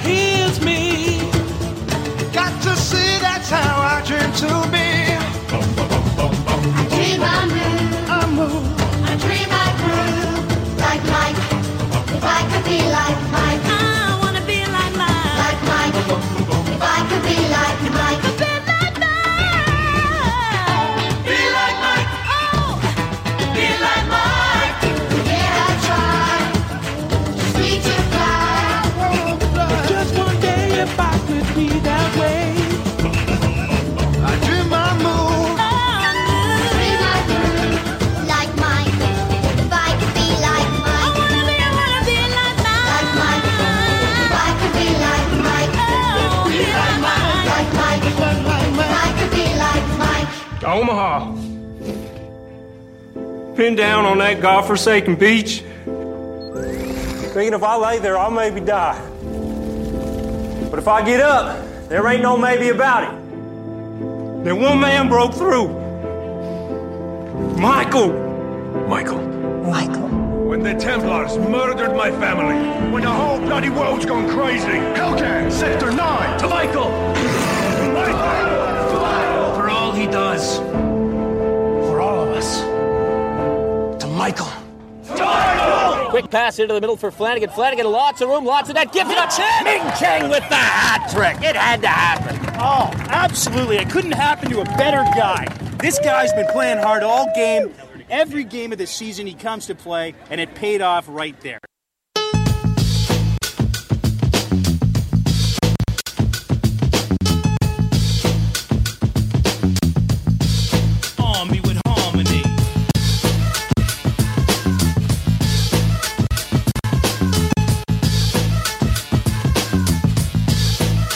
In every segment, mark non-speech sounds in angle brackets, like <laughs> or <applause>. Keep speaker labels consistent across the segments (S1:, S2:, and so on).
S1: hears me. Got to see that's how I dream to be.
S2: I dream I move,
S1: I move.
S2: I dream I groove like Mike. If I could be like Mike,
S3: I wanna be like mine.
S2: like Mike. If I could be like Mike,
S3: Be like mine. Be like mine. Oh, be like mine.
S2: yeah I try. Just need to fly.
S1: Just one day if I could be that way. I dream I move.
S2: I dream I groove like Mike. If I could be like
S3: I
S2: Mike,
S3: wanna be, I wanna be like
S2: like
S3: mine.
S2: Mike. If I could be like Mike,
S3: Oh, be like mine.
S2: like Mike. If I could be like Mike,
S4: Omaha. Pinned down on that godforsaken beach. Thinking if I lay there, I'll maybe die. But if I get up, there ain't no maybe about it. Then one man broke through. Michael.
S5: Michael,
S6: When the Templars murdered my family. When the whole bloody world's gone crazy. Hellcat, Sector 9.
S5: to Michael! For all he does. For all of us. To Michael.
S7: Quick pass into the middle for Flanagan. Flanagan, lots of room, lots of net. Gives it a chance.
S8: Ming Chang with the hat trick. It had to happen. Oh, absolutely. It couldn't happen to a better guy. This guy's been playing hard all game. Every game of the season he comes to play, and it paid off right there.
S9: arm me with harmony.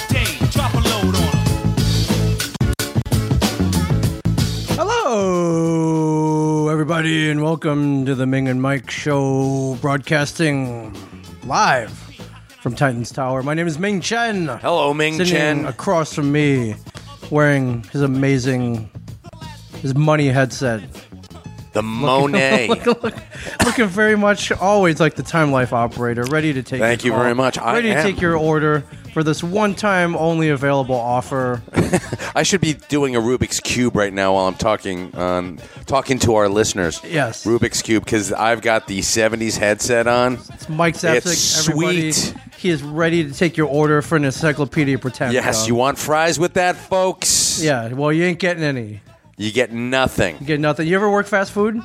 S9: Dave, drop a load on 'em.
S10: Hello, everybody, and welcome to the Ming and Mike Show, broadcasting live from Titans Tower. My name is Ming Chen.
S5: Hello, Ming
S10: Sitting
S5: Chen.
S10: across from me, wearing his amazing, his money headset. <laughs>
S5: The Monet.
S10: Looking very much always like the Time Life operator, ready to take.
S5: Thank
S10: your
S5: you
S10: call,
S5: very much. I
S10: ready to
S5: am.
S10: take your order for this one-time only available offer.
S5: I should be doing a Rubik's cube right now while I'm talking um, talking to our listeners.
S10: Yes.
S5: Rubik's cube because I've got the '70s headset on.
S10: It's Mike Zapsik,
S5: It's
S10: everybody.
S5: sweet.
S10: He is ready to take your order for an encyclopedia pretend.
S5: Yes, you want fries with that, folks?
S10: Yeah, well, you ain't getting any.
S5: You get
S10: You
S5: nothing.
S10: get nothing. You ever work fast food?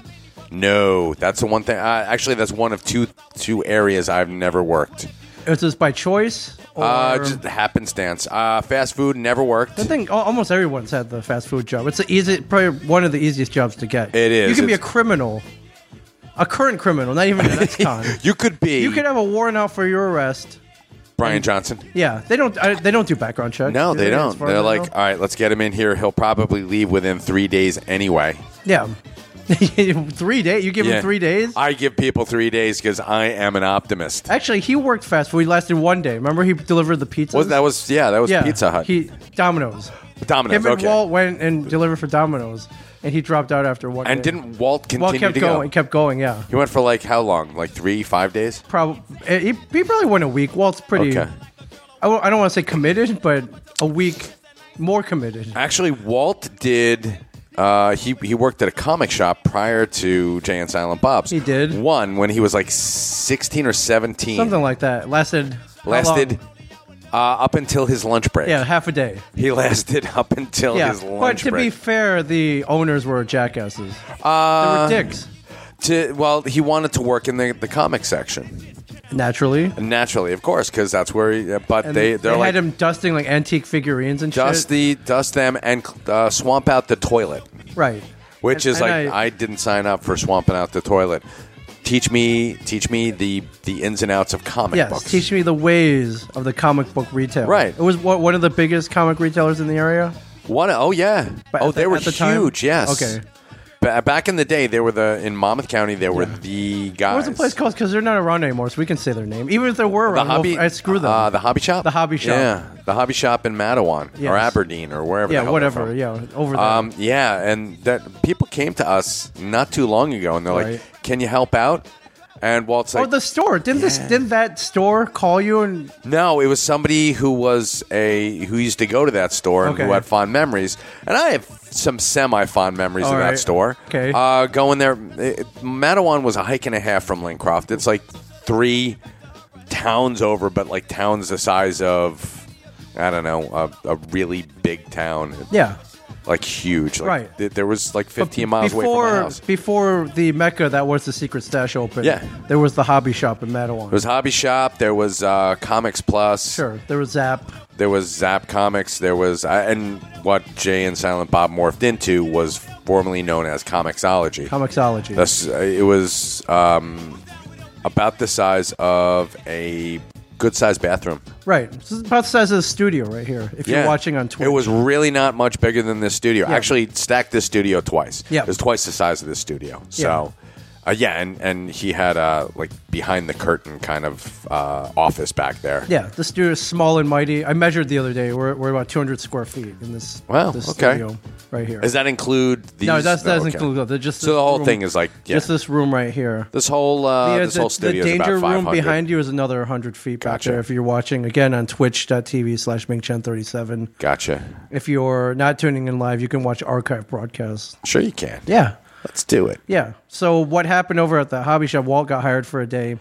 S5: No, that's the one thing. Uh, actually, that's one of two two areas I've never worked.
S10: Is this by choice? Or
S5: Uh, just happenstance. Uh, fast food never worked.
S10: <laughs> I think al- almost everyone's had the fast food job. It's the easy, probably one of the easiest jobs to get.
S5: It is.
S10: You can be a
S5: It's-
S10: criminal, a current criminal, not even an
S5: <laughs>
S10: ex-con.
S5: You could be
S10: you could have a warrant out for your arrest.
S5: Brian Johnson.
S10: Yeah, they don't. I, they don't do background checks.
S5: No,
S10: do
S5: they
S10: As
S5: don't.
S10: far as
S5: They're
S10: I
S5: like,
S10: know?
S5: all right, let's get him in here. He'll probably leave within three days anyway.
S10: yeah, <laughs> three days. You give
S5: Yeah.
S10: him three days.
S5: I give people three days because I am an optimist.
S10: Actually, he worked fast food. He lasted one day. Remember, he delivered the pizza.
S5: Was that was yeah? That was
S10: yeah,
S5: Pizza Hut.
S10: He Domino's.
S5: Domino's.
S10: Him and
S5: Okay.
S10: Walt went and delivered for Domino's, and he dropped out after one.
S5: and
S10: day.
S5: didn't Walt continue
S10: Walt kept
S5: to
S10: going,
S5: go?
S10: kept going. Yeah,
S5: He went for like how long? Like three, five days.
S10: probably he, he probably went a week. Walt's pretty.
S5: Okay.
S10: I, w- I don't want to say committed, but a week more committed.
S5: Actually, Walt did. Uh, he he worked at a comic shop prior to Jay and Silent Bob's.
S10: He did.
S5: one when he was like sixteen or seventeen.
S10: Something like that. Lasted how long?
S5: lasted uh, up until his lunch break.
S10: Yeah, half a day.
S5: he lasted up until
S10: Yeah,
S5: his
S10: but
S5: lunch
S10: to be
S5: break.
S10: fair, the owners were jackasses.
S5: uh,
S10: they were dicks.
S5: to- well, he wanted to work in the, the comic section
S10: Naturally,
S5: naturally, of course, because that's where. He, uh, but
S10: and
S5: they
S10: they,
S5: they're like
S10: had him dusting like antique figurines and
S5: dust
S10: shit.
S5: the dust them and uh, swamp out the toilet,
S10: right.
S5: which
S10: And-
S5: is
S10: and
S5: like I, didn't sign up for swamping out the toilet. Teach me, teach me the the ins and outs of comic
S10: Yes,
S5: books.
S10: teach me the ways of the comic book retail.
S5: Right.
S10: It was one one of the biggest comic retailers in the area.
S5: One, oh yeah,
S10: But
S5: oh
S10: at the-
S5: they were
S10: at the time-
S5: huge. Yes,
S10: Okay.
S5: Ba- back in the day, they were the in Monmouth County. They were the guys.
S10: What was the place called? Because they're not around anymore, so we can say their name. Even if they were
S5: The
S10: around, well,
S5: hobby.
S10: I screw them.
S5: Uh, the hobby shop.
S10: The hobby shop.
S5: Yeah, the hobby shop in Mattawan or
S10: Yes.
S5: Aberdeen or wherever. the
S10: yeah,
S5: hell they're
S10: whatever.
S5: from.
S10: Yeah, over there.
S5: Um, yeah, and that people came to us not too long ago, and they're
S10: Right.
S5: like, "Can you help out?" And Walt's
S10: Oh,
S5: like,
S10: the store didn't this didn't that store call you and
S5: No, it was somebody who was a who used to go to that store and who
S10: Okay.
S5: had fond memories, and I have some semi fond memories
S10: All
S5: of that
S10: right.
S5: store.
S10: Okay.
S5: uh, going there, it, Mattawan was a hike and a half from Lincroft. It's like three towns over, but like towns the size of I don't know a, a really big town.
S10: Yeah.
S5: like huge. Like,
S10: Right.
S5: th- there was like 15 miles away from my
S10: before
S5: house.
S10: before the Mecca that was the secret stash open?
S5: Yeah.
S10: there was the hobby shop in Mattawan.
S5: There was Hobby Shop. There was uh, Comics Plus.
S10: Sure, there was Zap.
S5: There was Zap Comics. There was, I- and what Jay and Silent Bob morphed into was formerly known as Comixology.
S10: Comixology.
S5: That's, uh, it was um, about the size of a good sized bathroom.
S10: Right, this is about the size of the studio right here. If you're watching on Twitch,
S5: It was really not much bigger than this studio.
S10: Yeah.
S5: Actually, stacked this studio twice.
S10: Yeah.
S5: It was twice the size of this studio. So, yeah, uh, yeah and, and he had uh, like behind the curtain kind of uh, office back there.
S10: yeah, the studio is small and mighty. I measured the other day. We're, we're about 200 square feet in this.
S5: Wow,
S10: this
S5: okay.
S10: studio right here.
S5: Does that include these?
S10: no, that's, that doesn't
S5: okay.
S10: include that. Just
S5: so
S10: this
S5: the whole
S10: room-
S5: thing is like yeah.
S10: just this room right here.
S5: This whole uh,
S10: the,
S5: this
S10: the-
S5: whole
S10: the
S5: studio is
S10: danger
S5: about five
S10: room
S5: hundred.
S10: behind you is another 100 feet
S5: Gotcha.
S10: back there. If you're watching again on Twitch.tv slash Mingchen37.
S5: Gotcha.
S10: If you're not tuning in live, you can watch archive broadcasts.
S5: Sure, you can.
S10: Yeah.
S5: Let's do it.
S10: Yeah. So what happened over at the hobby shop? Walt got hired for a day.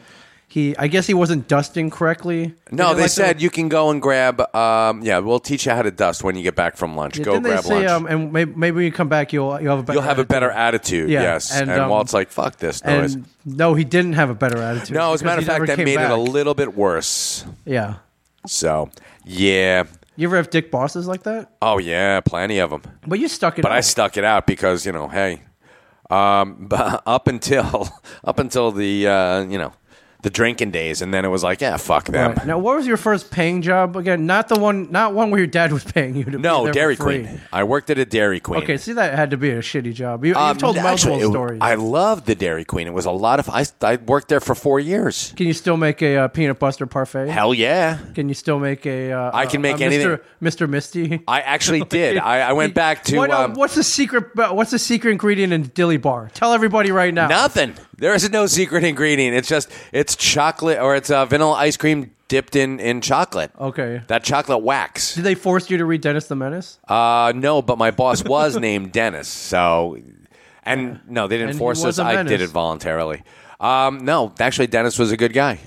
S10: He, I guess he wasn't dusting correctly.
S5: No,
S10: You know, like
S5: they
S10: the-
S5: said you can go and grab. Um, yeah, we'll teach you how to dust when you get back from lunch.
S10: Yeah,
S5: go
S10: didn't
S5: grab
S10: they say,
S5: lunch.
S10: Um, and maybe, maybe when you come back, you'll you'll have a better.
S5: You'll have a better attitude.
S10: Yeah,
S5: yes. And,
S10: and, um,
S5: Walt's like, "Fuck this noise."
S10: And no, he didn't have a better attitude.
S5: no, as
S10: because
S5: a matter
S10: he
S5: of fact,
S10: never
S5: that
S10: came
S5: made it a
S10: back.
S5: little bit worse.
S10: Yeah.
S5: So, yeah.
S10: You ever have dick bosses like that?
S5: Oh yeah, plenty of them.
S10: But you stuck it.
S5: but I
S10: out.
S5: stuck it out because you know, hey, um, <laughs> but up until <laughs> up until the uh, you know the drinking days, and then it was like, yeah, fuck them.
S10: Right. Now, what was your first paying job again? Not the one, not one where your dad was paying you to. be
S5: <laughs> No,
S10: there for
S5: Dairy
S10: free.
S5: Queen. I worked at a Dairy Queen.
S10: Okay, see that had to be a shitty job. You,
S5: Um,
S10: you've told multiple
S5: actually, it-
S10: stories.
S5: I loved the Dairy Queen. It was a lot of. I, I worked there for four years.
S10: Can you still make a uh, peanut butter parfait?
S5: Hell yeah!
S10: Can you still make a? Uh,
S5: I can
S10: uh,
S5: make
S10: uh,
S5: anything.
S10: Mister Misty. <laughs>
S5: I actually did. I, I went back to
S10: What, uh,
S5: um,
S10: what's the secret? What's the secret ingredient in Dilly Bar? Tell everybody right now.
S5: nothing. There is no secret ingredient. It's just it's chocolate or it's uh, vanilla ice cream dipped in in chocolate.
S10: Okay.
S5: That chocolate wax.
S10: Did they force you to read Dennis the Menace?
S5: Uh, no, but my
S10: <laughs>
S5: boss was named Dennis. So, and no, they didn't
S10: And he
S5: force
S10: was
S5: us.
S10: a
S5: I did
S10: menace.
S5: it voluntarily. Um, no, actually, Dennis was a good guy.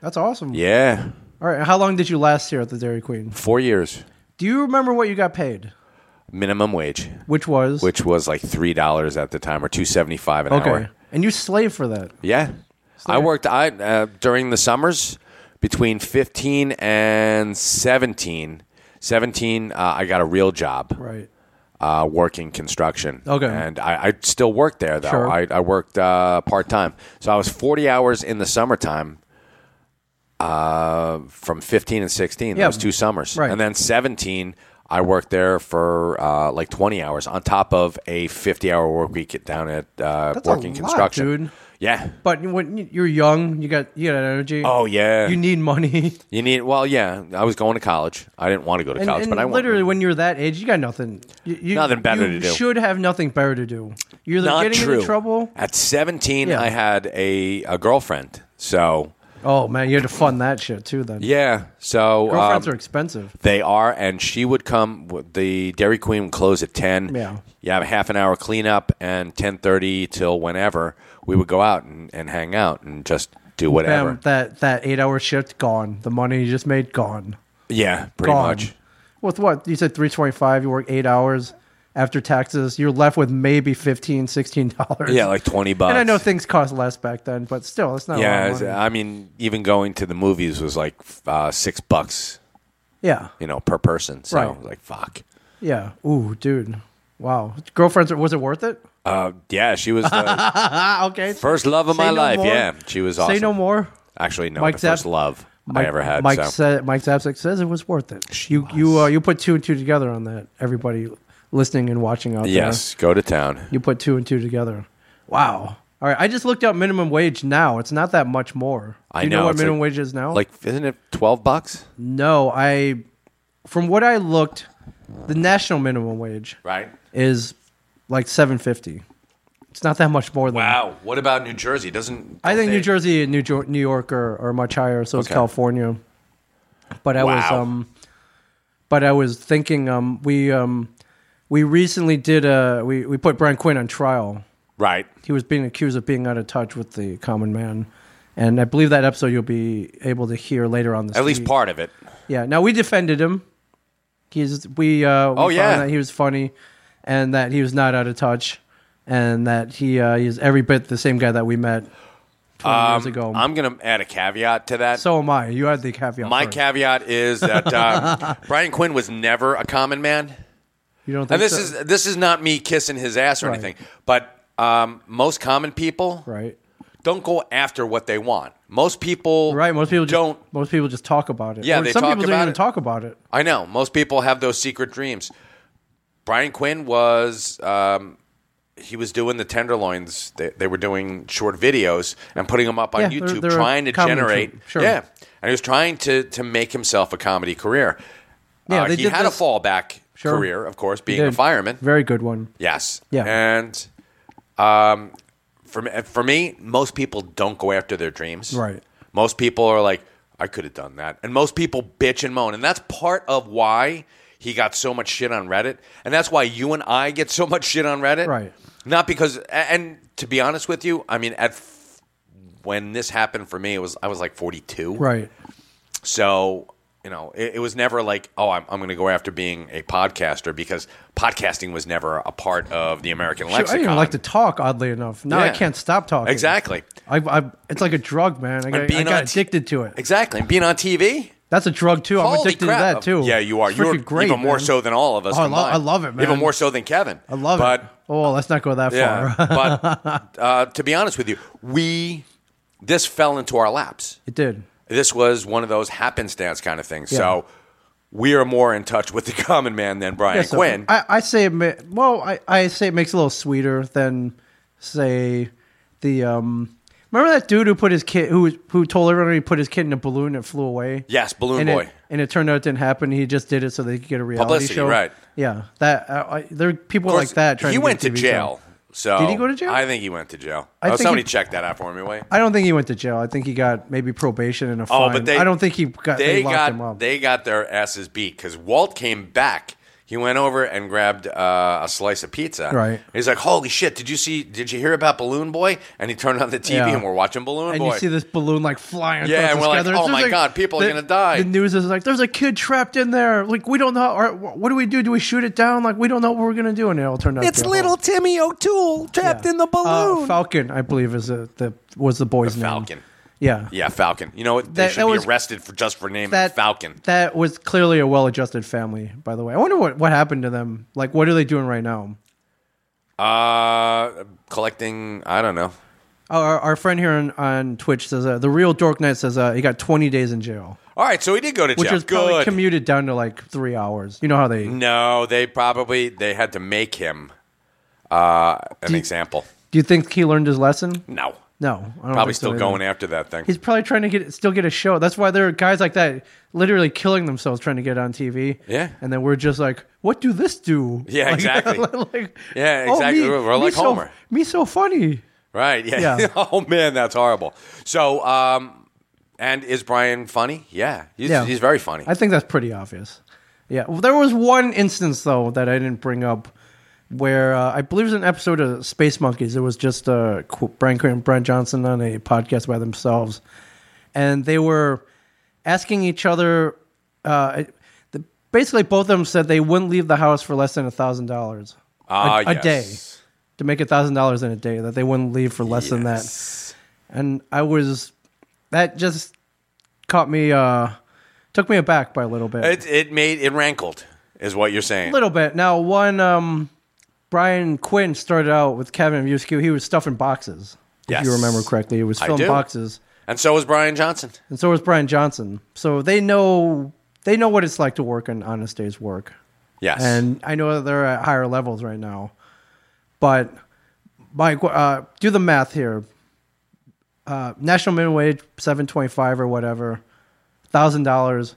S10: That's awesome.
S5: Yeah,
S10: All right. How long did you last here at the Dairy Queen?
S5: four years
S10: Do you remember what you got paid?
S5: minimum wage,
S10: Which was
S5: which was like three dollars at the time or two seventy five an
S10: okay,
S5: hour.
S10: and you slaved for that.
S5: Yeah, I worked. I uh, during the summers between fifteen and seventeen. Seventeen, uh, I got a real job.
S10: Right.
S5: uh, working construction.
S10: Okay.
S5: And I, I still worked there, though.
S10: Sure.
S5: I, I worked uh, part time. So I was 40 hours in the summertime uh, from 15 and 16.
S10: Yeah.
S5: Those two summers.
S10: Right.
S5: And then 17, I worked there for uh, like 20 hours on top of a 50 hour work week down at uh,
S10: That's a
S5: working
S10: lot,
S5: construction.
S10: dude.
S5: Yeah.
S10: But when you- you're young, you got you got energy.
S5: Oh, yeah.
S10: You need money. <laughs>
S5: You need, well, yeah, I was going to college. I didn't want to go to
S10: And,
S5: college,
S10: and
S5: but I went.
S10: literally, when you're that age, you got nothing. You, you-
S5: Nothing better
S10: you
S5: to do.
S10: Should have nothing better to do. You're either
S5: Not
S10: getting
S5: true.
S10: into trouble.
S5: At 17,
S10: Yeah.
S5: I had a, a girlfriend. So.
S10: Oh man, you had to fund that shit too. Then
S5: Yeah. So
S10: girlfriends
S5: um,
S10: are expensive.
S5: They are, and she would come. w- The Dairy Queen would close at ten.
S10: Yeah.
S5: you have a half an hour cleanup, and ten thirty till whenever we would go out and, and hang out and just do whatever.
S10: Bam, that that eight hour shift gone. The money you just made gone.
S5: yeah, pretty
S10: gone.
S5: much.
S10: With what you said, three twenty five. You work eight hours after taxes. You're left with maybe 15 dollars.
S5: Yeah, like twenty bucks.
S10: And I know things cost less back then, but still, it's not. a
S5: yeah,
S10: lot
S5: it's- uh,
S10: of money.
S5: I mean, even going to the movies was like f- uh, six bucks,
S10: yeah,
S5: you know, per person. So
S10: Right.
S5: I was like, fuck.
S10: yeah. Ooh, dude, wow. Girlfriends, was it worth it?
S5: Uh, yeah, she was
S10: <laughs>
S5: the
S10: Ah, okay.
S5: first love of
S10: Say
S5: my
S10: no
S5: life.
S10: more.
S5: Yeah, she was awesome.
S10: Say no more.
S5: Actually, no,
S10: Mike
S5: the first
S10: Zapp-
S5: love I ever had.
S10: Mike
S5: so.
S10: said. Mike Zapsik says it was worth it. you you uh, you put two and two together on that. Everybody listening and watching out
S5: yes, go to town.
S10: there, uh, you put two and two together. Wow. All right, I just looked up minimum wage now. It's not that much more. Do
S5: I
S10: you know,
S5: know,
S10: what
S5: it's
S10: minimum
S5: like-
S10: wage is now?
S5: Like, isn't it twelve bucks?
S10: no, I from what I looked, the national minimum wage
S5: Right.
S10: is like seven fifty. It's not that much more than.
S5: Wow. What about New Jersey? Doesn't
S10: I think
S5: they-
S10: New Jersey and New, jo- New York are, are much higher, so it's
S5: Okay.
S10: California. But I was
S5: Wow.
S10: um, but I was thinking um, we um, we recently did a we we put Brian Quinn on trial.
S5: Right.
S10: He was being accused of being out of touch with the common man, and I believe that episode you'll be able to hear later on this.
S5: At least
S10: week.
S5: part of it.
S10: Yeah. Now we defended him. He's we. Uh, we
S5: Oh,
S10: found
S5: yeah.
S10: That he was funny, and that he was not out of touch, and that he uh, he is every bit the same guy that we met. 20 years
S5: Um,
S10: ago.
S5: I'm going to add a caveat to that.
S10: So am I. You had the caveat.
S5: My
S10: first.
S5: caveat is that uh,
S10: <laughs>
S5: Brian Quinn was never a common man.
S10: You don't think
S5: and this
S10: so?
S5: is this is not me kissing his ass or
S10: Right.
S5: anything, but um, most common people
S10: right.
S5: don't go after what they want. Most people,
S10: Right. Most people just,
S5: don't.
S10: Most people just talk about it.
S5: Yeah,
S10: Or
S5: they
S10: some
S5: talk
S10: people don't
S5: about
S10: even
S5: it.
S10: talk about it.
S5: I know most people have those secret dreams. Brian Quinn was um, he was doing the tenderloins. They, they were doing short videos and putting them up on
S10: Yeah, they're-
S5: YouTube,
S10: they're a
S5: trying to
S10: comedy
S5: generate.
S10: troupe, sure.
S5: Yeah, and he was trying to to make himself a comedy career.
S10: Yeah,
S5: Uh,
S10: they
S5: he
S10: did
S5: had
S10: this-
S5: a fallback
S10: Sure.
S5: career, of course,
S10: He
S5: being a
S10: did.
S5: fireman.
S10: Very good one.
S5: Yes.
S10: Yeah.
S5: And um, for me- for me, most people don't go after their dreams.
S10: Right.
S5: Most people are like, I could have done that, and most people bitch and moan, and that's part of why he got so much shit on Reddit, and that's why you and I get so much shit on Reddit.
S10: Right.
S5: Not because, a- and to be honest with you, I mean, at f- when this happened for me, it was I was like forty two.
S10: Right.
S5: So, you know, it, it was never like, oh, I'm, I'm going to go after being a podcaster because podcasting was never a part of the American
S10: Shoot, I
S5: lexicon.
S10: didn't even like to talk. Oddly enough, now I
S5: Yeah.
S10: can't stop talking.
S5: Exactly.
S10: I, I, it's like a drug, man. I got, I
S5: being
S10: got
S5: on t-
S10: addicted to it.
S5: Exactly. And being on TV?
S10: That's a drug too. I'm
S5: Holy
S10: addicted
S5: crap.
S10: to that too.
S5: Yeah, you are.
S10: It's
S5: You're
S10: freaking great,
S5: even more
S10: man.
S5: so than all of us
S10: Oh, I, lo-
S5: combined.
S10: I love it, man.
S5: Even more so than Kevin.
S10: I love
S5: but,
S10: it. Oh, let's not go that
S5: Yeah.
S10: far. <laughs>
S5: but uh, to be honest with you, we, this fell into our laps.
S10: it did.
S5: This was one of those happenstance kind of things.
S10: Yeah.
S5: So we are more in touch with the <laughs> common man than Brian
S10: Yeah, so
S5: Quinn.
S10: I, I say it. Ma- well, I, I say it makes it a little sweeter than say the um. Remember that dude who put his kid who who told everyone he put his kid in a balloon and flew away.
S5: Yes,
S10: and
S5: Balloon Boy.
S10: It, and it turned out it didn't happen. He just did it so they could get a reality
S5: Publicity,
S10: show.
S5: right.
S10: Yeah, that uh, I, there are people
S5: Of course,
S10: like that. Trying
S5: he
S10: to
S5: went
S10: get
S5: to
S10: TV
S5: jail.
S10: show.
S5: So
S10: Did he go to jail?
S5: I think he went to jail.
S10: I
S5: Oh,
S10: think
S5: somebody
S10: he-
S5: check that out for me, wait.
S10: I don't think he went to jail. I think he got maybe probation and a fine.
S5: Oh, but they
S10: I don't think he got they, locked
S5: got
S10: him up.
S5: they got their asses beat because Walt came back. He went over and grabbed uh, a slice of pizza.
S10: Right.
S5: He's like, "Holy shit! Did you see? Did you hear about Balloon Boy?" And he turned on the TV
S10: Yeah.
S5: and we're watching Balloon
S10: and
S5: Oh, Boy.
S10: you see this balloon like flying.
S5: Yeah,
S10: across
S5: and
S10: the
S5: we're
S10: sky.
S5: like,
S10: There's
S5: "Oh
S10: just,
S5: my
S10: like,
S5: God, people are
S10: the-
S5: gonna die."
S10: The news is like, there's a kid trapped in there. Like, we don't know. Or, what do we do? Do we shoot it down? Like, we don't know what we're gonna do, and it all turned out. to be a whole-
S5: Timmy O'Toole trapped
S10: Yeah.
S5: in the
S10: Uh, Falcon, I believe, is the, the was the boy's name.
S5: Falcon.
S10: Yeah,
S5: Yeah, Falcon. You know what? They
S10: That-
S5: should
S10: that
S5: be
S10: was-
S5: arrested for just for naming
S10: that
S5: Falcon.
S10: That was clearly a well-adjusted family, by the way. I wonder what what happened to them. Like, what are they doing right now?
S5: Uh, collecting. I don't know.
S10: Oh, our, our friend here on, on Twitch says uh, the real Dork Knight says uh, he got 20 days in jail,
S5: All right, so he did go to jail.
S10: which was probably
S5: Good.
S10: commuted down to like three hours. You know how they
S5: No, they probably they had to make him uh, an example.
S10: Do you think he learned his lesson?
S5: No,
S10: No, I don't
S5: probably
S10: think so
S5: still
S10: either.
S5: going after that thing.
S10: He's probably trying to get still get a show. That's why there are guys like that literally killing themselves trying to get on TV.
S5: Yeah.
S10: and then we're just like, what do this do? <laughs>
S5: Yeah,
S10: Like-
S5: exactly.
S10: like, oh,
S5: Yeah, exactly.
S10: me-
S5: We're- we're
S10: me
S5: like
S10: so-
S5: Homer.
S10: Me so funny.
S5: right? Yeah.
S10: Yeah.
S5: <laughs> oh man, that's horrible. So, um, and is Brian funny? Yeah, he's,
S10: Yeah.
S5: he's very funny.
S10: I think that's pretty obvious. Yeah, well, there was one instance though that I didn't bring up where uh, I believe it was an episode of Space Monkeys. It was just uh, Qu- Brian Quinn and Brian Johnson on a podcast by themselves, and they were asking each other. Uh, the, basically, both of them said they wouldn't leave the house for less than thousand dollars
S5: Ah,
S10: a
S5: yes.
S10: day to make thousand dollars in a day. That they wouldn't leave for less than that and I was that just caught me uh took me aback by a little bit.
S5: It it made it rankled, is what you're saying.
S10: a little bit. Now one um Brian Quinn started out with Kevin of USQ. He was stuffing boxes.
S5: Yes.
S10: If you remember correctly. He was
S5: I
S10: filling
S5: do.
S10: boxes.
S5: And so was Brian Johnson.
S10: And so was Brian Johnson. So they know they know what it's like to work on honest day's work.
S5: Yes.
S10: And I know that they're at higher levels right now. But my uh, do the math here. Uh, national minimum wage seven twenty five or whatever, thousand dollars.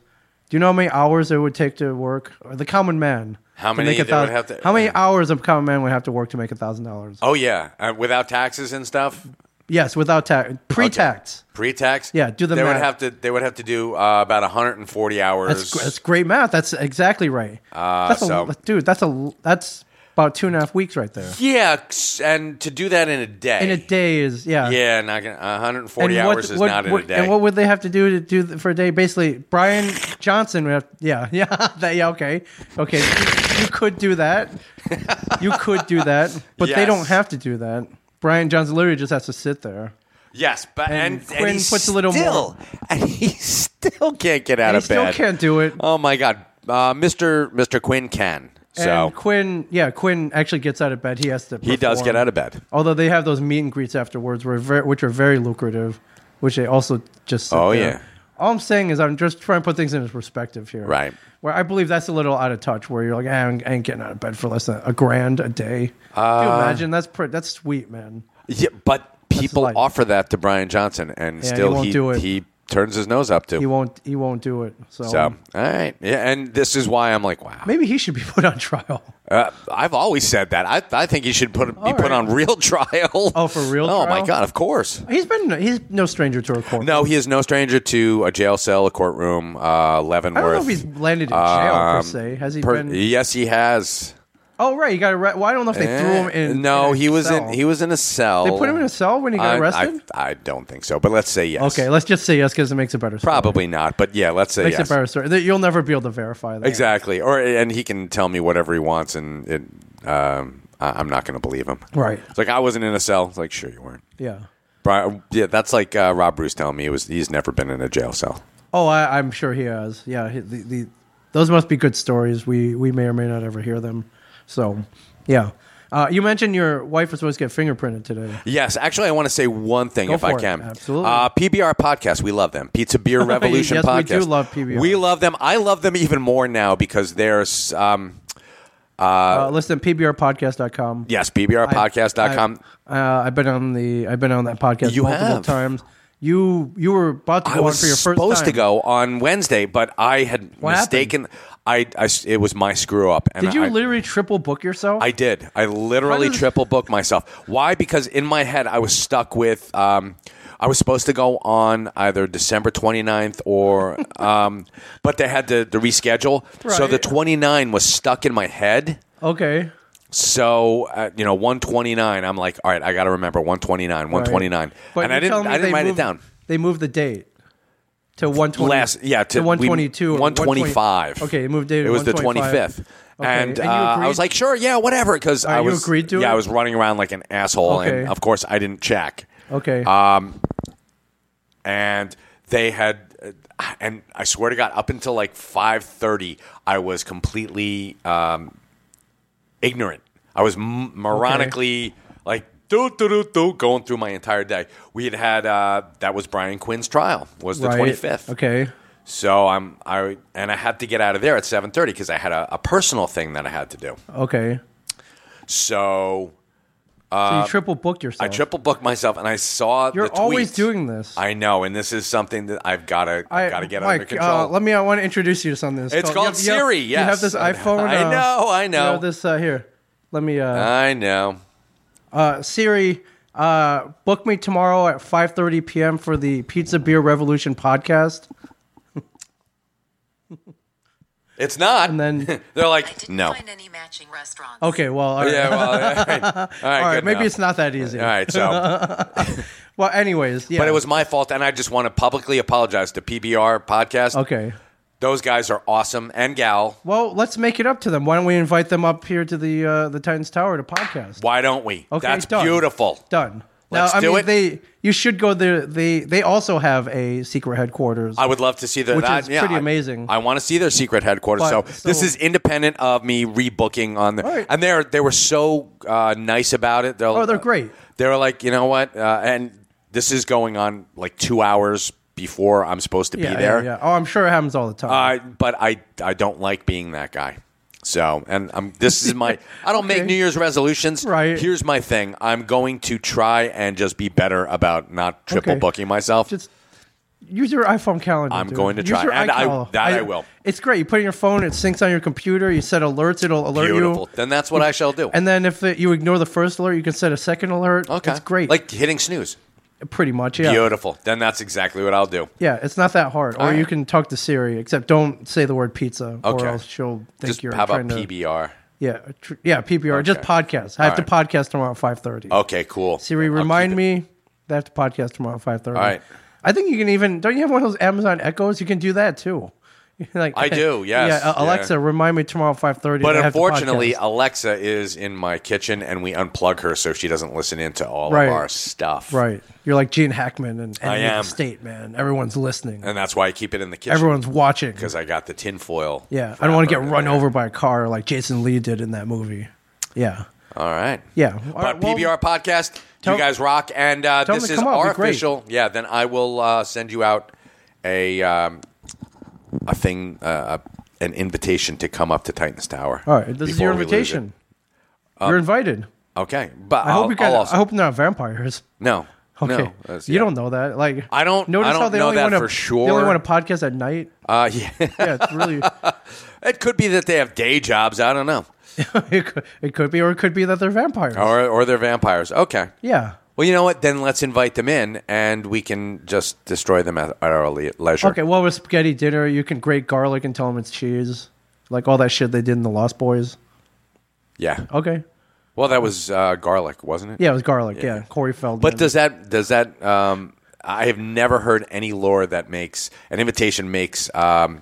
S10: Do you know how many hours it would take to work? Or the common man
S5: How
S10: to
S5: many
S10: make a
S5: they would
S10: thousand-
S5: have to-
S10: How many hours of common man would have to work to make a thousand dollars?
S5: Oh yeah, uh, without taxes and stuff,
S10: Yes, without tax, pre-tax.
S5: pre-tax.
S10: Yeah, do the
S5: They would
S10: math.
S5: have to. They would have to do uh, about 140 hours.
S10: That's gr- that's great math. That's exactly right.
S5: Uh,
S10: that's a,
S5: so-
S10: dude, that's a that's about two and a half weeks right there.
S5: yeah, and to do that in a day.
S10: In a day is yeah.
S5: Yeah, not gonna, 140
S10: And
S5: hours is not in
S10: what-
S5: a day.
S10: And what would they have to do to do th- for a day? Basically, Brian Johnson would have. Yeah, <laughs> yeah, that, yeah. Okay, okay. You, you could do that. You could do that, but they don't
S5: Yes.
S10: have to do that. Brian Johnson literally just has to sit there.
S5: yes, but and, and,
S10: Quinn
S5: he
S10: puts a little
S5: still, <laughs>
S10: more.
S5: and he still can't get
S10: And
S5: out
S10: he
S5: of
S10: still
S5: bed.
S10: can't do it.
S5: Oh my God, uh, Mister Mister Quinn can. So
S10: And Quinn, yeah, Quinn actually gets out of bed. He has to.
S5: he does
S10: perform.
S5: get out of bed.
S10: Although they have those meet and greets afterwards, where ver- which are very lucrative, which they also just. sit
S5: Oh,
S10: there.
S5: yeah.
S10: All I'm saying is I'm just trying to put things into perspective here.
S5: Right.
S10: Where I believe that's a little out of touch. Where you're like, eh, I ain't- I ain't getting out of bed for less than a grand a day. Can you
S5: Uh,
S10: imagine? That's pretty. That's sweet, man.
S5: Yeah, but people offer that to Brian Johnson, and
S10: Yeah, he
S5: still
S10: won't
S5: he
S10: do it.
S5: he turns his nose up to.
S10: He won't. He won't do it. So,
S5: So all right, yeah, and this is why I'm like, wow.
S10: maybe he should be <laughs> put on trial.
S5: Uh, I've always said that. I, I think he should put be put on real <laughs> trial. Oh, for real? Oh my
S10: trial?
S5: God! Of course.
S10: He's been. He's no stranger to a court.
S5: No, he is no stranger to a jail cell, a courtroom, uh, Leavenworth.
S10: I don't know if he's landed in jail per
S5: Um,
S10: se. Has he
S5: per-
S10: been?
S5: Yes, he has.
S10: Oh right, you got arrested. Well, I don't know if they threw him
S5: Eh,
S10: in.
S5: No,
S10: in a
S5: he was
S10: cell.
S5: in. He was in a cell.
S10: They put him in a cell when he got
S5: I-
S10: arrested?
S5: I, I don't think so, but let's say yes.
S10: Okay, let's just say yes because it makes it better. Story.
S5: Probably not, but yeah, let's say
S10: makes
S5: yes.
S10: it better story. That- You'll never be able to verify that.
S5: Exactly. Or and he can tell me whatever he wants, and it, um, I, I'm not going to believe him.
S10: Right.
S5: It's like I wasn't in a cell. It's like sure you weren't.
S10: Yeah.
S5: Brian, yeah, that's like uh, Rob Bruce telling me he was. He's never been in a jail cell.
S10: Oh, I, I'm sure he has. Yeah. he- the, the, those must be good stories. We we may or may not ever hear them. So, yeah. Uh, you mentioned your wife was supposed to get fingerprinted today.
S5: Yes, actually, I want to say one thing
S10: Go
S5: if I
S10: for it.
S5: can.
S10: Absolutely.
S5: Uh, PBR podcast, we love them. Pizza Beer
S10: <laughs>
S5: Revolution
S10: Yes, we
S5: podcast.
S10: do love PBR.
S5: We love them. I love them even more now because there's. Um,
S10: Uh,
S5: uh,
S10: listen, pbrpodcast.com.
S5: yes, PBRpodcast.com.
S10: I, uh, I've been on the I've been on that podcast
S5: You
S10: multiple
S5: have.
S10: times. You you were about to
S5: I
S10: go on
S5: was
S10: for your first
S5: supposed to
S10: time.
S5: go on Wednesday, but I had
S10: What
S5: mistaken. I, I s- it was my screw up, and
S10: Did you
S5: I,
S10: literally triple book yourself?
S5: I did. I literally
S10: How does-
S5: triple booked myself. Why? Because in my head, I was stuck with. Um, I was supposed to go on either December 29th
S10: <laughs>
S5: or, um, but they had to, to reschedule. So the
S10: Right.
S5: 29 was stuck in my head.
S10: okay.
S5: So uh, you know, 129. I'm like, all right, I got to remember 129, 129,
S10: But
S5: and
S10: you're
S5: I
S10: telling
S5: didn't.
S10: me
S5: I didn't
S10: they
S5: write
S10: moved-
S5: it down.
S10: They moved the date to one twenty.
S5: Last, yeah, to,
S10: to one twenty two.
S5: One twenty five.
S10: Okay, it moved date.
S5: It
S10: to
S5: was the
S10: 125.
S5: 25th.
S10: Okay,
S5: And,
S10: you
S5: uh, I
S10: agreed-
S5: was like, sure, yeah, whatever, because
S10: All right,
S5: I
S10: you
S5: was
S10: agreed to
S5: yeah,
S10: it?
S5: I was running around like an asshole,
S10: Okay.
S5: and of course I didn't check.
S10: okay.
S5: Um, and they had, uh, and I swear to God, up until like five thirty, I was completely um, ignorant. I was m- moronically like do do do do going through my entire day. We had had uh, that was Brian Quinn's trial was the
S10: Right.
S5: twenty fifth.
S10: Okay.
S5: So I'm I and I had to get out of there at seven thirty because I had a, a personal thing that I had to do.
S10: Okay.
S5: So,
S10: So
S5: uh,
S10: you triple booked yourself.
S5: I triple booked myself, and I saw
S10: You're
S5: the
S10: always
S5: tweets.
S10: doing this.
S5: I know, and this is something that I've got to I've got to get under
S10: Mike,
S5: control.
S10: Uh, let me. I want to introduce you to something.
S5: It's called
S10: you have-
S5: Siri,
S10: You have
S5: yes.
S10: this
S5: I know.
S10: iPhone.
S5: I
S10: uh,
S5: know, I
S10: you
S5: know. Uh-huh.
S10: have this uh, here. Let me. Uh,
S5: I know.
S10: uh, Siri, uh, book me tomorrow at five thirty p.m. for the Pizza Beer Revolution podcast.
S5: It's not.
S10: And then
S5: <laughs> They're like, no.
S10: Okay, well, all right.
S5: Yeah, well,
S10: <laughs>
S5: all right. All right, good
S10: maybe
S5: now.
S10: it's not that easy.
S5: All
S10: <laughs>
S5: right, so-
S10: well, anyways, yeah.
S5: But it was my fault, and I just want to publicly apologize to PBR podcast.
S10: Okay.
S5: Those guys are awesome, and gal.
S10: Well, let's make it up to them. Why don't we invite them up here to the uh, the Titans Tower to podcast?
S5: Why don't we?
S10: Okay,
S5: That's
S10: done.
S5: beautiful.
S10: Done.
S5: Let's
S10: now, I
S5: do
S10: mean,
S5: it.
S10: They you should go there. They they also have a secret headquarters.
S5: I would love to see that.
S10: Which
S5: I-
S10: is
S5: yeah,
S10: pretty
S5: I-
S10: amazing.
S5: I, want to see their secret headquarters.
S10: But-
S5: so, this
S10: so-
S5: is independent of me rebooking on the. And they're they were so uh, nice about it. They're,
S10: Oh, they're great.
S5: They were like, you know what? Uh, and this is going on like two hours before I'm supposed to
S10: yeah,
S5: be there.
S10: Yeah, yeah. Oh, I'm sure it happens all the time.
S5: Uh, but I I don't like being that guy. So, and I'm this is
S10: <laughs>
S5: my I don't make New Year's resolutions. Right. Here's my thing. I'm going to try and just be better about not triple
S10: Okay.
S5: booking myself. Just
S10: Use your iPhone calendar.
S5: I'm
S10: dude.
S5: going to
S10: Use
S5: try.
S10: your
S5: And I-
S10: iCal.
S5: that I will.
S10: It's great. You put it in your phone. It syncs on your computer. You set alerts. It'll alert
S5: Beautiful.
S10: you.
S5: Then that's what I shall do.
S10: And then if it, you ignore the first alert, you can set a second alert.
S5: Okay.
S10: It's great.
S5: Like hitting snooze.
S10: Pretty much. Yeah.
S5: Beautiful. Then that's exactly what I'll do.
S10: Yeah, it's not that hard.
S5: All
S10: or
S5: right.
S10: you can talk to Siri, except don't say the word pizza,
S5: Okay.
S10: or else she'll think
S5: Just
S10: you're
S5: how about
S10: trying to.
S5: PBR?
S10: Yeah, tr- yeah, PPR. Just podcast. I have
S5: All
S10: to podcast tomorrow at five thirty.
S5: Okay, cool.
S10: Siri, remind me that I have to podcast tomorrow at five thirty.
S5: All right.
S10: I think you can even. Don't you have one of those Amazon Echoes? You can do that too. <laughs> like
S5: I do, yes,
S10: <laughs> Yeah, uh,
S5: yeah.
S10: Alexa, remind me tomorrow at five thirty.
S5: But unfortunately, Alexa is in my kitchen, and we unplug her so she doesn't listen into all
S10: Right.
S5: of our stuff.
S10: right? You're like Gene Hackman and
S5: I am.
S10: State man. Everyone's listening.
S5: and that's why I keep it in the kitchen.
S10: Everyone's watching.
S5: because I got the tinfoil.
S10: Yeah, I don't want to get run over by a car like Jason Lee did in that movie. Yeah,
S5: All right.
S10: yeah.
S5: But PBR podcast, you guys rock, and uh,
S10: tell 'em
S5: this
S10: to
S5: is
S10: come out, it'd
S5: our
S10: be great.
S5: official. Yeah, then I will uh, send you out a um, a thing, uh, an invitation to come up to Titans Tower.
S10: All right, this is
S5: before
S10: your
S5: we lose
S10: invitation.
S5: it. Um,
S10: You're invited.
S5: Okay, but
S10: I
S5: I'll,
S10: hope you guys.
S5: I'll also,
S10: I hope they're not vampires.
S5: no,
S10: Okay,
S5: <laughs> no, that's-
S10: you
S5: yeah.
S10: don't know that. Like
S5: I don't-
S10: Notice
S5: I don't
S10: how they
S5: know
S10: only
S5: that
S10: want to,
S5: for sure.
S10: They only want to podcast at night.
S5: Uh, <laughs> yeah.
S10: Yeah, it's
S5: <laughs>
S10: really. <laughs>
S5: it could be that they have day jobs. I don't know,
S10: it, could, it could be, or it could be that they're vampires.
S5: or or they're vampires. Okay.
S10: Yeah.
S5: Well, you know what? Then let's invite them in, and we can just destroy them at at our le- leisure.
S10: Okay. Well, with spaghetti dinner, you can grate garlic and tell them it's cheese, like all that shit they did in the Lost Boys.
S5: Yeah.
S10: Okay.
S5: Well, that was uh, garlic, wasn't it?
S10: Yeah, it was garlic. Yeah, Corey Feldman.
S5: But does that does that? Um, I have never heard any lore that makes an invitation makes um,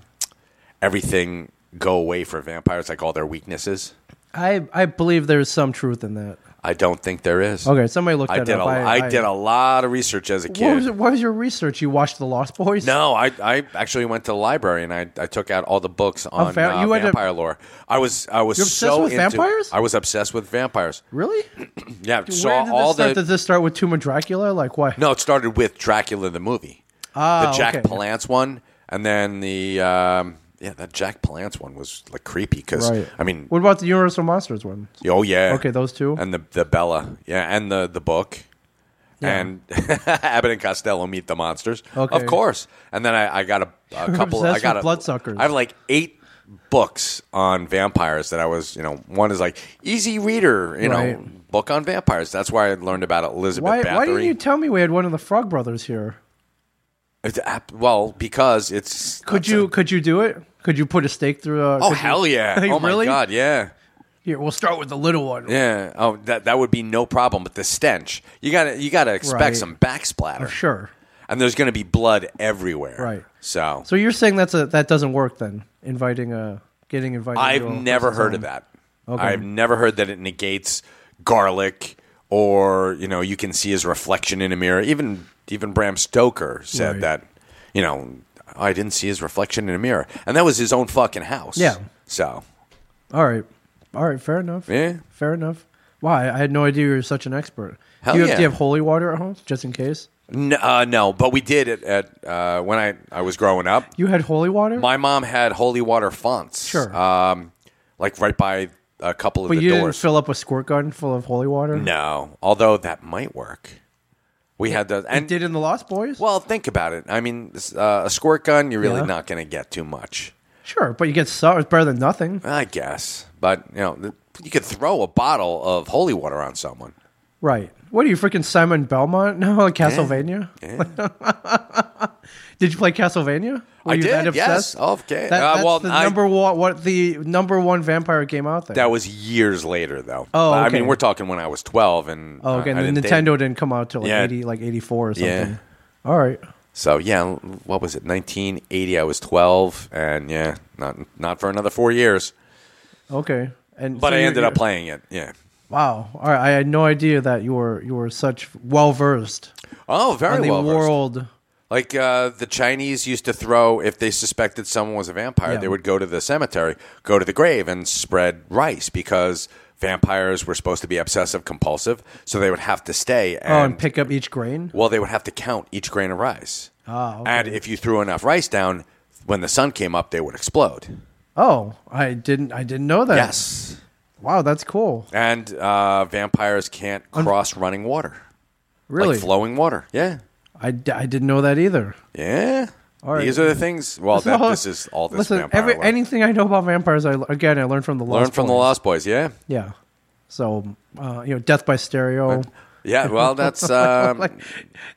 S5: everything go away for vampires, like all their weaknesses.
S10: I I believe there's some truth in that.
S5: I don't think there is.
S10: Okay, somebody looked
S5: I
S10: that
S5: did
S10: up.
S5: a-
S10: I-
S5: I
S10: I-
S5: did a lot of research as a
S10: What was,
S5: kid.
S10: what was your research? You watched the Lost Boys?
S5: No, I, I actually went to the library and I, I took out all the books on
S10: va-
S5: uh,
S10: you had to-
S5: vampire lore. I was I was
S10: You're obsessed
S5: so
S10: with
S5: into
S10: vampires?
S5: I was obsessed with vampires.
S10: Really?
S5: Yeah,
S10: Dude,
S5: saw
S10: Where did
S5: all
S10: this start?
S5: the
S10: Did this start with Tomb of Dracula? Like what?
S5: No, it started with Dracula the movie.
S10: Ah,
S5: the Jack
S10: okay.
S5: Palance one, and then the um, yeah, that Jack Palance one was like creepy because
S10: Right.
S5: I mean,
S10: What about the Universal Monsters one?
S5: oh yeah,
S10: Okay, those two.
S5: and the the Bella, yeah, and the the book.
S10: Yeah.
S5: And <laughs> Abbott and Costello meet the monsters,
S10: Okay.
S5: of course. And then I, I got a,
S10: <laughs>
S5: a
S10: You're
S5: couple. I
S10: obsessed
S5: got
S10: with
S5: a,
S10: bloodsuckers.
S5: I have like eight books on vampires that I was, you know, one is like easy reader, you know,
S10: Right.
S5: book on vampires. That's why I learned about Elizabeth.
S10: Why,
S5: Bathory.
S10: why didn't you tell me we had one of the Frog Brothers here?
S5: It's ap- well, because it's.
S10: Could you could you do it? Could you put a stake through? uh, A,
S5: Oh
S10: <laughs>
S5: hell yeah! Oh my god, yeah,
S10: Here, we'll start with the little one.
S5: yeah. Oh, that that would be no problem. But the stench, you gotta you gotta expect
S10: Right. Oh,
S5: some back splatter,
S10: Sure.
S5: and there's gonna be blood everywhere.
S10: Right.
S5: So,
S10: So you're saying that's a that doesn't work then? Inviting a getting invited.
S5: I've
S10: to a
S5: never
S10: person's
S5: heard of
S10: home.
S5: that.
S10: Okay.
S5: I've never heard that it negates garlic, or you know, you can see his reflection in a mirror. Even even Bram Stoker said
S10: Right.
S5: that. You know, I didn't see his reflection in a mirror, and that was his own fucking house.
S10: Yeah.
S5: So
S10: All right, all right, fair enough.
S5: Yeah.
S10: fair enough. Why? I had no idea you were such an expert.
S5: Hell
S10: do you have,
S5: yeah.
S10: Do you have holy water at home just in case?
S5: N- uh, no, but we did it at uh, when I, I was growing up.
S10: You had holy water,
S5: My mom had holy water fonts,
S10: Sure.
S5: um, like right by a couple of
S10: but
S5: the
S10: you didn't
S5: doors.
S10: fill up a squirt gun full of holy water.
S5: no, although that might work. We had those,
S10: and
S5: and
S10: did in the Lost Boys.
S5: well, think about it. I mean, s- uh, a squirt gun, you're really
S10: Yeah.
S5: not going to get too much,
S10: Sure, but you get some. It's better than nothing,
S5: I guess. But you know, th- you could throw a bottle of holy water on someone.
S10: right? What are you freaking Simon Belmont <laughs> now? Like Castlevania? <laughs>
S5: Yeah.
S10: Did you play Castlevania? Were
S5: I
S10: you
S5: did,
S10: that
S5: yes.
S10: obsessed?
S5: Okay.
S10: That-
S5: Uh,
S10: that's
S5: well,
S10: the
S5: I-
S10: number one, what the number one vampire game out there.
S5: That was years later, though.
S10: Oh,
S5: I
S10: okay.
S5: mean, we're talking when I was twelve, and
S10: oh,
S5: uh,
S10: okay.
S5: I
S10: And the
S5: didn't date-
S10: Nintendo didn't come out till like
S5: Yeah.
S10: eighty, like eighty four or something.
S5: Yeah.
S10: All right.
S5: So yeah, what was it? Nineteen eighty. I was twelve, and yeah, not not for another four years.
S10: Okay. And
S5: But
S10: so
S5: I
S10: you're-
S5: ended up
S10: you're-
S5: playing it. Yeah.
S10: Wow. All right. I had no idea that you were you were such well versed
S5: Oh,
S10: on
S5: very
S10: the
S5: well. versed.
S10: world.
S5: Like uh, the Chinese used to throw if they suspected someone was a vampire,
S10: Yeah.
S5: they would go to the cemetery, go to the grave, and spread rice because vampires were supposed to be obsessive compulsive, so they would have to stay. And,
S10: Oh, and pick up each grain.
S5: well, they would have to count each grain of rice.
S10: Ah, okay.
S5: And if you threw enough rice down, when the sun came up, they would explode.
S10: Oh, I didn't. I didn't know that.
S5: Yes.
S10: Wow, that's cool.
S5: And uh, vampires can't cross running water,
S10: Really.
S5: like flowing water. Yeah,
S10: I, d- I didn't know that either.
S5: Yeah.
S10: All right.
S5: These are the things. Well,
S10: That's
S5: that,
S10: all-
S5: this is all this
S10: Listen,
S5: vampire.
S10: every,
S5: learned.
S10: anything I know about vampires, I again I learned from the Lost
S5: Learn from the
S10: Boys.
S5: Lost Boys. Yeah.
S10: Yeah. So uh, you know, Death by Stereo.
S5: Yeah.
S10: <laughs>
S5: Well, that's. Um,
S10: Like,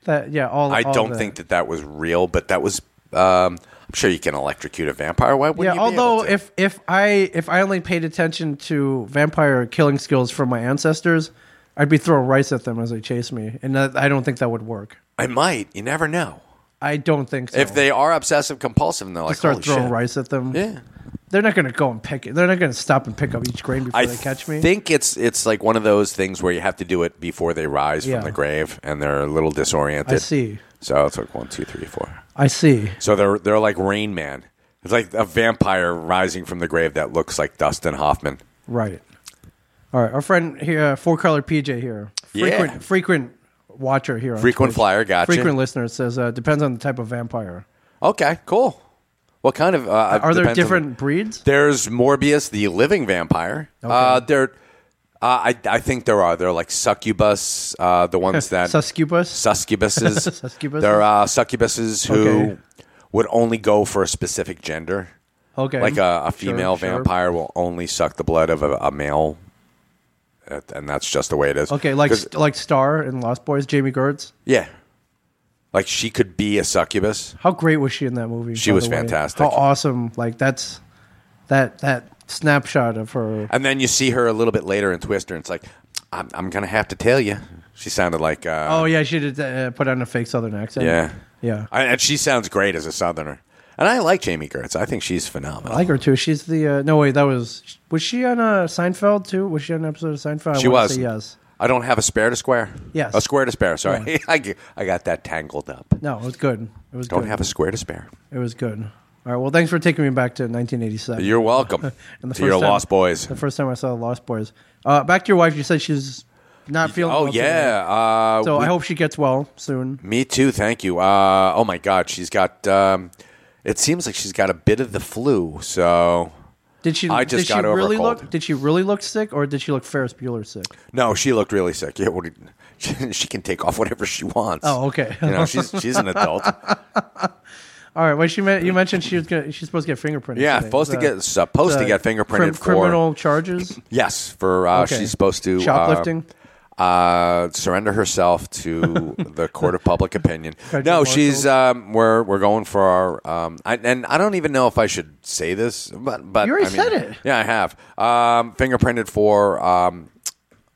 S10: that. Yeah. All.
S5: I
S10: all
S5: don't
S10: that.
S5: think that that was real, but that was. Um, I'm sure you can electrocute a vampire. Why wouldn't
S10: Yeah.
S5: you? be able
S10: Although if if I if I only paid attention to vampire killing skills from my ancestors, I'd be throwing rice at them as they chase me, and that, I don't think that would work.
S5: I might. You never know.
S10: I don't think so.
S5: If they are obsessive compulsive, and they're like,
S10: start
S5: "Holy
S10: throwing
S5: shit."
S10: rice at them.
S5: Yeah.
S10: They're not going to go and pick it. They're not going to stop and pick up each grain before
S5: I
S10: they catch me.
S5: think it's it's like one of those things where you have to do it before they rise
S10: Yeah.
S5: from the grave, and they're a little disoriented.
S10: I see.
S5: So it's like one, two, three, four.
S10: I see.
S5: So they're they're like Rain Man. It's like a vampire rising from the grave that looks like Dustin Hoffman.
S10: Right. All right. Our friend here, uh, four color PJ here,
S5: Yeah.
S10: frequent frequent watcher here, on
S5: Frequent
S10: Twitch.
S5: flyer, gotcha.
S10: frequent listener. It says uh, depends on the type of vampire.
S5: Okay, cool. What kind of uh,
S10: Are there
S5: depends on-
S10: different breeds?
S5: There's Morbius, the living vampire. Uh, there, uh, I I think there are. They're like succubus, uh, the ones that
S10: Suscubus. <laughs>
S5: suscubuses.
S10: Suscubuses?
S5: There are uh, succubuses who
S10: Okay.
S5: would only go for a specific gender.
S10: Okay.
S5: Like a, a
S10: Sure,
S5: female
S10: sure.
S5: vampire will only suck the blood of a, a male, Uh, and that's just the way it is.
S10: Okay, like
S5: 'Cause-
S10: st- like Star in Lost Boys, Jamie Gertz.
S5: yeah, like she could be a succubus.
S10: How great was she in that movie?
S5: She
S10: by
S5: was
S10: the way?
S5: fantastic.
S10: How awesome! Like that's that that snapshot of her.
S5: And then you see her a little bit later in Twister, and it's like, I'm, I'm going to have to tell you. She sounded like, uh,
S10: Oh yeah, she did uh, put on a fake Southern accent.
S5: yeah.
S10: yeah.
S5: I, and she sounds great as a Southerner. And I like Jamie Gertz. I think she's phenomenal.
S10: I like her too. She's the uh, no wait. That was was she on uh, Seinfeld too? Was she on an episode of Seinfeld? I
S5: she
S10: wanna
S5: was.
S10: say yes.
S5: I don't have a spare to square.
S10: Yes.
S5: A square to spare, sorry. <laughs> I, g- I got that tangled up.
S10: No, it was good. It was
S5: Don't
S10: good.
S5: have a square to spare.
S10: it was good. All right. Well, thanks for taking me back to 1987.
S5: You're
S10: <laughs>
S5: welcome
S10: And the
S5: to your
S10: first time-
S5: Lost Boys.
S10: the first time I saw the Lost Boys. Uh, back to your wife. You said she's not feeling.
S5: Oh,
S10: well
S5: yeah.
S10: today.
S5: Uh,
S10: So
S5: we-
S10: I hope she gets well soon.
S5: Me too, thank you. Uh, oh, my God. She's got, um, it seems like she's got a bit of the flu, so.
S10: Did she?
S5: I just
S10: did she
S5: got over a
S10: really
S5: cold.
S10: look? Did she really look sick, or did she look Ferris Bueller sick?
S5: No, she looked really sick. Yeah, what do you- <laughs> she, she can take off whatever she wants.
S10: Oh, okay.
S5: You know, she's
S10: <laughs>
S5: she's an adult.
S10: All right. Well, she meant you mentioned she was gonna, she's supposed to get fingerprinted.
S5: Yeah,
S10: today.
S5: supposed to
S10: Uh,
S5: get supposed to
S10: uh,
S5: get fingerprinted
S10: crim-
S5: for
S10: criminal charges.
S5: Yes, for uh,
S10: Okay.
S5: she's supposed to uh,
S10: Shoplifting?
S5: Uh, surrender herself
S10: <laughs>
S5: to the court of public opinion.
S10: Court
S5: no,
S10: of
S5: she's um, we're we're going for our um, I, and I don't even know if I should say this, but but
S10: You already
S5: I mean,
S10: said it.
S5: Yeah, I have um, fingerprinted for um,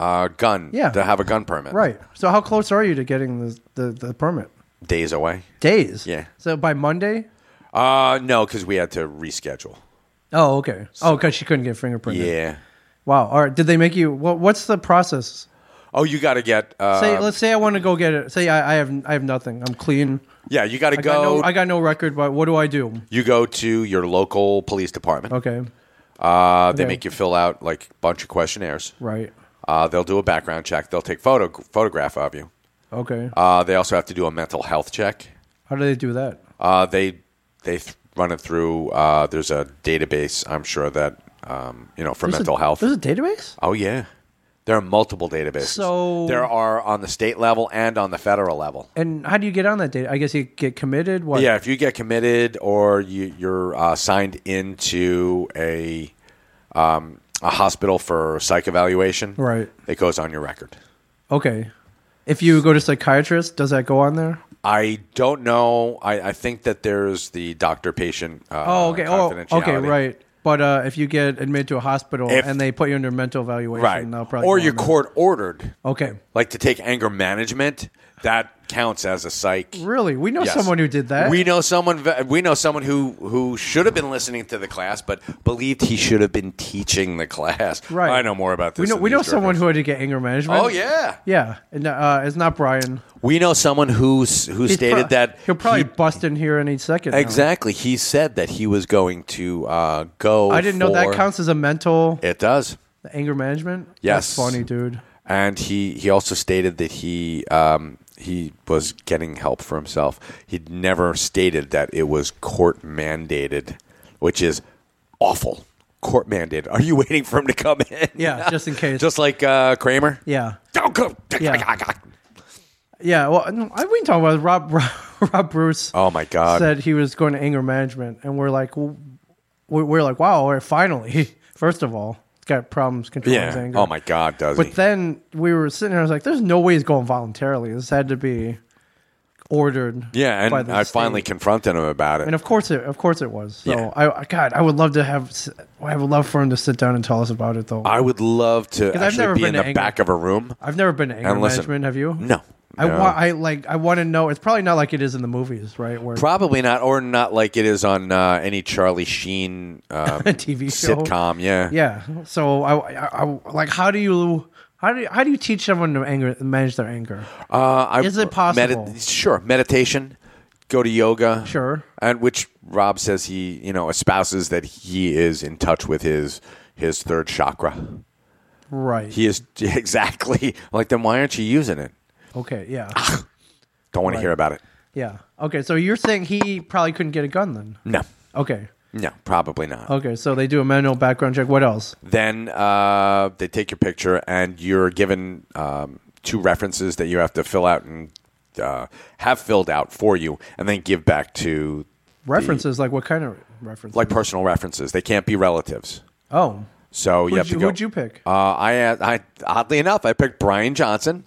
S5: uh, gun.
S10: Yeah.
S5: to have a gun permit.
S10: Right. So how close are you to getting the the, the permit?
S5: days away.
S10: Days.
S5: Yeah.
S10: So by Monday.
S5: Uh, no, because we had to reschedule.
S10: Oh, okay. oh, because she couldn't get fingerprinted.
S5: Yeah.
S10: Wow. All right. Did they make you? What, what's the process?
S5: Oh, you got to get. Uh,
S10: Say, let's say I want to go get it. Say I, I have I have nothing. I'm clean.
S5: yeah, you got to
S10: I got
S5: go.
S10: no I got no record. But what do I do?
S5: you go to your local police department.
S10: Okay.
S5: Uh, they
S10: Okay.
S5: make you fill out like a bunch of questionnaires.
S10: Right.
S5: Uh, they'll do a background check. They'll take photo photograph of you.
S10: Okay.
S5: Uh, they also have to do a mental health check.
S10: How do they do that?
S5: Uh, they they th- run it through. Uh, there's a database. I'm sure that um, you know for
S10: There's a-
S5: mental health.
S10: There's a database.
S5: oh yeah, there are multiple databases.
S10: So-
S5: there are on the state level and on the federal level.
S10: And how do you get on that data? I guess you get committed. What?
S5: Yeah, if you get committed or you, you're uh, signed into a um, a hospital for psych evaluation,
S10: Right.
S5: It goes on your record.
S10: Okay. If you go to psychiatrist, does that go on there?
S5: I don't know. I, I think that there's the doctor patient. Uh,
S10: Oh, okay. Oh, okay.
S5: confidentiality.
S10: Right. But uh, if you get admitted to a hospital
S5: If-
S10: and they put you under mental evaluation, they'll
S5: right.
S10: probably
S5: Or
S10: go
S5: you're
S10: on there.
S5: court ordered,
S10: Okay.
S5: like to take anger management. That counts as a psych.
S10: Really? We know
S5: Yes.
S10: someone who did that.
S5: We know someone. ve- We know someone who who should have been listening to the class, but believed he should have been teaching the class.
S10: Right.
S5: I know more about this.
S10: We know.
S5: than
S10: We
S5: these
S10: know someone
S5: jerkers.
S10: who had to get anger management.
S5: Oh yeah.
S10: Yeah. And uh, it's not Brian.
S5: We know someone who s- who
S10: He's
S5: stated
S10: pro-
S5: that
S10: he'll probably
S5: he-
S10: bust in here any second. now.
S5: <laughs> exactly. He said that he was going to uh, go.
S10: I didn't know that
S5: for-
S10: counts as a mental
S5: It does.
S10: anger management.
S5: Yes.
S10: That's funny, dude.
S5: and he he also stated that he um, he was getting help for himself. He'd never stated that it was court mandated, which is awful. Court mandated. Are you <laughs> waiting for him to come in?
S10: Yeah, just in case.
S5: just like uh, Kramer.
S10: Yeah.
S5: Don't come.
S10: Yeah. Yeah, well, no, I we can talk about it. Rob, <laughs> Rob Rob Bruce.
S5: Oh my God.
S10: Said he was going to anger management, and we're like, w- we're we're like, wow, all right, finally. <laughs> First of all, he's got problems controlling his
S5: yeah.
S10: anger.
S5: Oh my God, does
S10: But
S5: he?
S10: then we were sitting there. I was like, "There's no way he's going voluntarily. This had to be ordered."
S5: yeah,
S10: by
S5: and
S10: the
S5: I
S10: state.
S5: finally confronted him about it.
S10: And of course, it of course it was. So
S5: Yeah.
S10: I, I- God, I would love to have. s- I would love for him to sit down and tell us about it, though.
S5: I would love to
S10: 'Cause I've never
S5: actually be
S10: been
S5: in
S10: to
S5: the
S10: anger-
S5: back of a room.
S10: I've never been to anger
S5: And listen,
S10: management. Have you?
S5: No.
S10: I
S5: no.
S10: want. I like. I want to know. It's probably not like it is in the movies, right? Where
S5: Probably not, or not like it is on uh, any
S10: <laughs>
S5: Charlie Sheen um,
S10: TV show.
S5: sitcom. Yeah,
S10: yeah. So I, I, I- like. How do you? How do you, how do you teach someone to anger manage their anger?
S5: Uh, I,
S10: Is it possible?
S5: medi- sure, meditation. Go to yoga.
S10: Sure.
S5: and which Rob says he, you know, espouses that he is in touch with his his third chakra.
S10: Right.
S5: He is <laughs> exactly like. Then why aren't you using it?
S10: Okay. Yeah.
S5: Don't want to
S10: Right.
S5: hear about it.
S10: yeah. Okay. So you're saying he probably couldn't get a gun then?
S5: No,
S10: Okay.
S5: no, probably not.
S10: Okay. So they do a manual background check. What else?
S5: Then uh, they take your picture, and you're given um, two references that you have to fill out and uh, have filled out for you, and then give back to the-
S10: References like what kind of references?
S5: like personal references. They can't be relatives.
S10: oh,
S5: So you
S10: Who'd
S5: have to
S10: you-
S5: go.
S10: who'd you pick?
S5: Uh, I, I oddly enough, I picked Brian Johnson,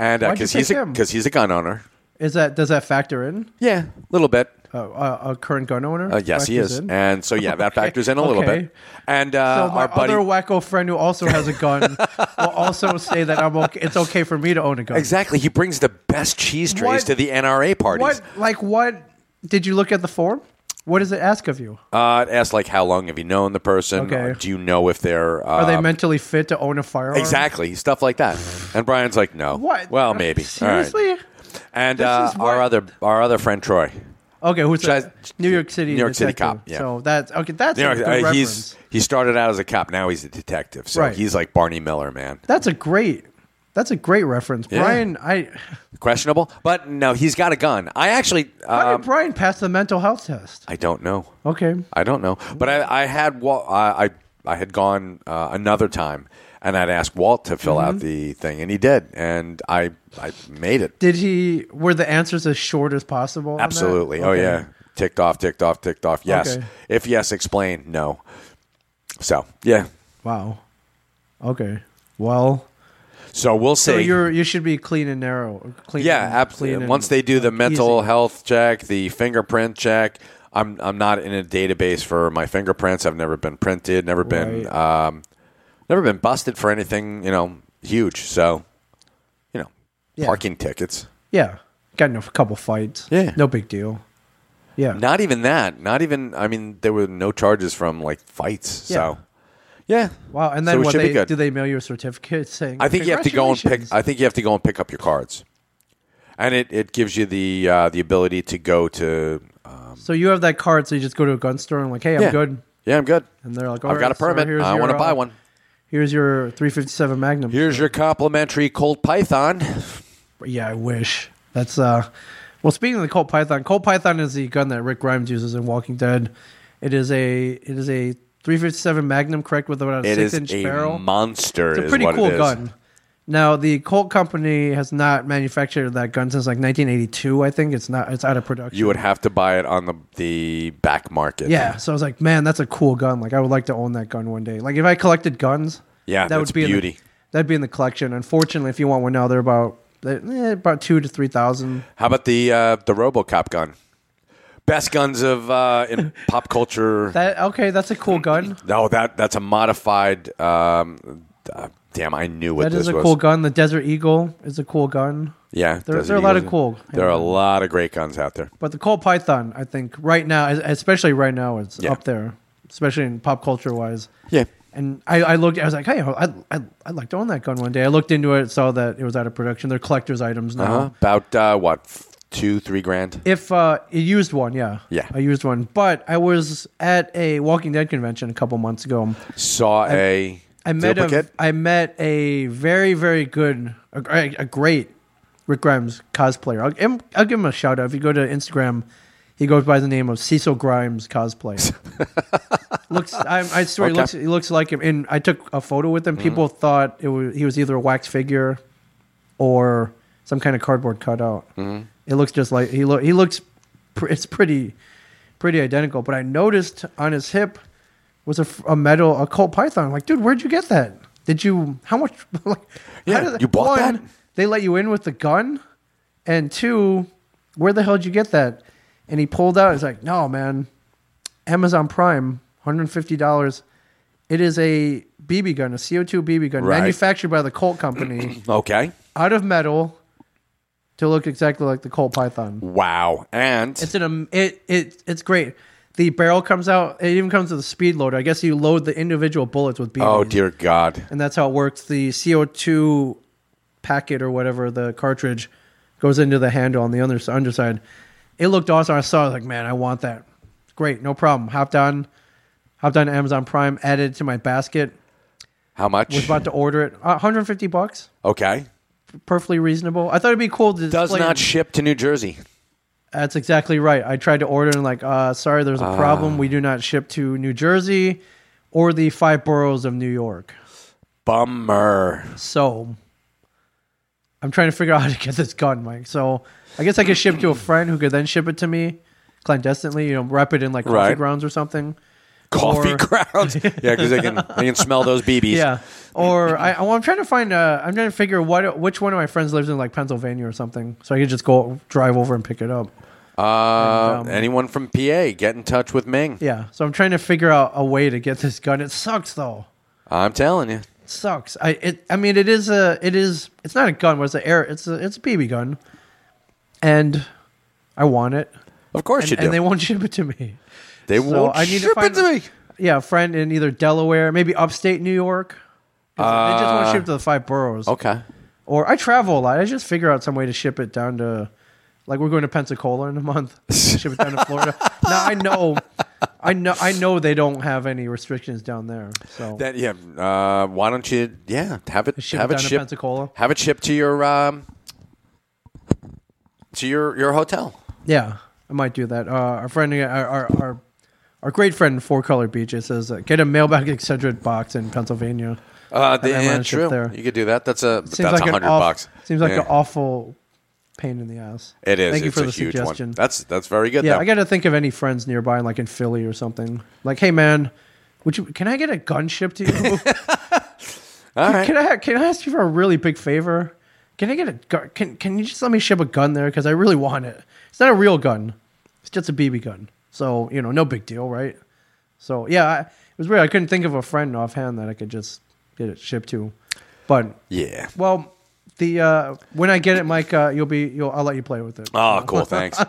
S5: and
S10: Why'd you
S5: because he's
S10: pick
S5: a,
S10: him?
S5: because he's a gun owner.
S10: is that does that factor in?
S5: Yeah, a little bit.
S10: Uh, uh, a current gun owner?
S5: Uh, yes, he
S10: Factors
S5: is,
S10: in?
S5: and so yeah, that factors in a
S10: <laughs>
S5: little
S10: Okay.
S5: bit. And uh,
S10: so my
S5: our buddy,
S10: other wacko friend who also has a
S5: <laughs>
S10: gun will also say that I'm okay. It's okay for me to own a gun.
S5: exactly, he brings the best cheese trays
S10: What-
S5: to the NRA parties.
S10: What like what? Did you look at the form? What does it ask of you?
S5: Uh, it asks like how long have you known the person?
S10: Okay.
S5: Uh, Do you know if they're uh,
S10: Are they mentally fit to own a firearm?
S5: exactly stuff like that? And Brian's like, no.
S10: What?
S5: Well, maybe. All right.
S10: Seriously?
S5: And
S10: This
S5: uh,
S10: is what-
S5: our other our other friend Troy.
S10: Okay, who's
S5: Which
S10: a-
S5: I-
S10: New York City?
S5: New York City
S10: detective.
S5: cop, yeah.
S10: So that's okay. That's
S5: You know,
S10: a good
S5: uh,
S10: reference.
S5: he's he started out as a cop. Now he's a detective. So
S10: Right.
S5: he's like Barney Miller, man.
S10: That's a great. That's a great reference,
S5: Yeah.
S10: Brian. I
S5: Questionable, but no, he's got a gun. I actually,
S10: how
S5: um,
S10: did Brian pass the mental health test?
S5: I don't know.
S10: Okay,
S5: I don't know, but I, I had Walt. I I, I had gone uh, another time, and I'd asked Walt to fill out
S10: Mm-hmm.
S5: the thing, and he did, and I I made it
S10: did he? Were the answers as short as possible? on that?
S5: absolutely. Oh
S10: Okay.
S5: yeah, ticked off, ticked off, ticked off. Yes,
S10: Okay.
S5: if yes, explain. No. So yeah,
S10: Wow. Okay. Well,
S5: so we'll see.
S10: so you're you should be clean and narrow. Clean. and-
S5: Yeah,
S10: clean
S5: absolutely.
S10: and-
S5: Once they do the
S10: like,
S5: mental
S10: easy.
S5: health check, the fingerprint check, I'm I'm not in a database for my fingerprints. I've never been printed, never been
S10: Right.
S5: um, never been busted for anything, you know, huge. So, you know,
S10: Yeah.
S5: parking tickets.
S10: Yeah, got in a couple fights.
S5: Yeah.
S10: no big deal. Yeah.
S5: Not even that. Not even I mean there were no charges from like fights. So, yeah.
S10: Wow. Oh, And
S5: So
S10: then
S5: it
S10: what
S5: should be
S10: they
S5: good.
S10: do? They mail you a certificate saying.
S5: I think you have to go and pick.
S10: "Congratulations."
S5: I think you have to go and pick up your cards, and it, it gives you the uh, the ability to go to. Um,
S10: so you have that card, so you just go to a gun store and like, hey, I'm
S5: yeah.
S10: good.
S5: Yeah, I'm good.
S10: And they're like,
S5: I've
S10: "All
S5: got a
S10: right, sir,
S5: permit.
S10: here's
S5: I
S10: your,
S5: want to
S10: uh,
S5: buy one.
S10: Here's your 357 Magnum.
S5: Here's your complimentary Colt Python.
S10: Yeah, I wish. That's uh well speaking of the Colt Python, Colt Python is the gun that Rick Grimes uses in Walking Dead. It is a it is a three fifty seven Magnum correct with about a
S5: It
S10: six
S5: is
S10: inch
S5: a
S10: barrel.
S5: monster.
S10: It's a
S5: is
S10: pretty
S5: what
S10: cool
S5: it is.
S10: gun. Now the Colt company has not manufactured that gun since like nineteen eighty two, I think. It's not it's out of production.
S5: You would have to buy it on the the back market.
S10: yeah, so I was like, man, that's a cool gun. Like, I would like to own that gun one day. Like, if I collected guns,
S5: Yeah,
S10: that
S5: that's
S10: would be In
S5: beauty.
S10: the, that'd be in the collection. Unfortunately, if you want one now, they're about they're, eh, about two to three thousand.
S5: How about the uh, the RoboCop gun? Best guns of uh,
S10: <laughs>
S5: in pop culture.
S10: That okay? That's a cool gun.
S5: no, that that's a modified. Um, uh, damn, I knew what
S10: That
S5: this
S10: is a
S5: was.
S10: cool gun. The Desert Eagle is a cool gun.
S5: Yeah,
S10: There,
S5: Desert
S10: there are a lot
S5: Eagles.
S10: of cool.
S5: There are a lot of great guns out there.
S10: But the Colt Python, I think, right now, especially right now, it's
S5: Yeah.
S10: up there, especially in pop culture wise.
S5: Yeah.
S10: And I, I looked, I was like, hey, I, I, I'd like to own that gun one day. I looked into it, saw that it was out of production. They're collector's items now.
S5: Uh-huh. About uh, what f- two, three grand?
S10: If uh, a used one, yeah,
S5: Yeah.
S10: a used one. But I was at a Walking Dead convention a couple months ago.
S5: Saw a
S10: I met a,
S5: duplicate.
S10: I met a very very good a, a great Rick Grimes cosplayer. I'll, give him- I'll give him a shout out. If you go to Instagram, he goes by the name of Cecil Grimes
S5: <laughs>
S10: cosplay. looks I, I swear he
S5: Okay. Mm-hmm.
S10: looks he looks like him. And I took a photo with him. People thought it was he was either a wax figure or some kind of cardboard cutout.
S5: Mm-hmm.
S10: It looks just like he look. He looks. Pr- it's pretty, pretty identical. But I noticed on his hip was a, f- a metal a Colt Python. I'm like, dude, where'd you get that? Did you? How much? <laughs> like,
S5: Yeah,
S10: did-
S5: you bought that?
S10: They let you in with the gun, and two, where the hell did you get that? And he pulled out. He's like, no, man, Amazon Prime, 150 dollars. It is a BB gun, a CO2 BB gun,
S5: Right.
S10: manufactured by the Colt
S5: <clears throat>
S10: Company
S5: Okay.
S10: out of metal to look exactly like the Colt Python.
S5: Wow. And
S10: It's an am- it it it's great. The barrel comes out. It even comes with a speed loader. I guess you load the individual bullets with BB,
S5: oh dear God.
S10: and that's how it works. The CO2 packet or whatever the cartridge goes into the handle on the under, underside. It looked awesome. I saw. It, I was like, man, I want that. Great, no problem. Hopped on, hopped on Amazon Prime. Added it to my basket.
S5: How much?
S10: Was about to order it. Uh, 150 bucks.
S5: Okay.
S10: Perfectly reasonable. I thought it'd be cool to
S5: Does
S10: display-
S5: not ship to New Jersey.
S10: That's exactly right. I tried to order and like, uh, sorry, there's a
S5: Ah.
S10: problem. We do not ship to New Jersey or the five boroughs of New York.
S5: Bummer.
S10: So I'm trying to figure out how to get this gun, Mike. So I guess I could ship to a friend who could then ship it to me clandestinely. You know, wrap it in like coffee
S5: Right.
S10: grounds or something.
S5: Coffee
S10: Or- <laughs>
S5: grounds. yeah, because they can they can smell those BBs.
S10: Yeah. Or I, I- well, I'm trying to find. Uh, I'm trying to figure what which one of my friends lives in like Pennsylvania or something, so I could just go drive over and pick it up.
S5: Uh, anyone from PA, get in touch with Ming.
S10: Yeah. So I'm trying to figure out a way to get this gun. It sucks though.
S5: I'm telling you.
S10: sucks. I it I mean it is a it is it's not a gun, but it's an air it's a it's a BB gun. And I want it.
S5: Of course
S10: and,
S5: you do.
S10: And they won't <laughs> ship it to me.
S5: They won't ship it to
S10: me. Yeah, a friend in either Delaware, maybe upstate New York. 'Cause they just want to ship to the five boroughs.
S5: Uh, Okay.
S10: Or I travel a lot. I just figure out some way to ship it down to like we're going to Pensacola in a
S5: <laughs>
S10: month. ship it down to Florida. now I know I know I know they don't have any restrictions down there. So
S5: That yeah. Uh, why don't you yeah have it
S10: Ship it
S5: have it
S10: down to
S5: shipped
S10: Pensacola?
S5: have it shipped to your um, to your your hotel.
S10: Yeah, I might do that. Uh, our friend, our, our our our great friend, in Four Color Beach, it says uh, get a mailbag <laughs> Excedrin box in Pennsylvania.
S5: Uh,
S10: And
S5: the,
S10: I
S5: yeah,
S10: managed it
S5: true.
S10: there.
S5: You could do that. That's a
S10: Seems
S5: that's
S10: like
S5: a
S10: an
S5: hundred
S10: off-
S5: bucks.
S10: Seems like
S5: Yeah.
S10: an awful pain in the ass.
S5: It is.
S10: Thank you
S5: it's
S10: for
S5: a
S10: the
S5: huge
S10: suggestion.
S5: one. That's that's very good.
S10: yeah,
S5: though.
S10: I got to think of any friends nearby, like in Philly or something. Like, hey man, would you? Can I get a gun shipped to
S5: <laughs>
S10: you?
S5: All right.
S10: Can I can I ask you for a really big favor? Can I get a gun? Can Can you just let me ship a gun there because I really want it? It's not a real gun. It's just a BB gun. So you know, no big deal, right? So yeah, I, it was weird. I couldn't think of a friend offhand that I could just get it shipped to. But
S5: Yeah.
S10: well, the uh, when I get it, Mike, uh, you'll be you'll I'll let you play with it.
S5: Oh,
S10: <laughs>
S5: cool. Thanks.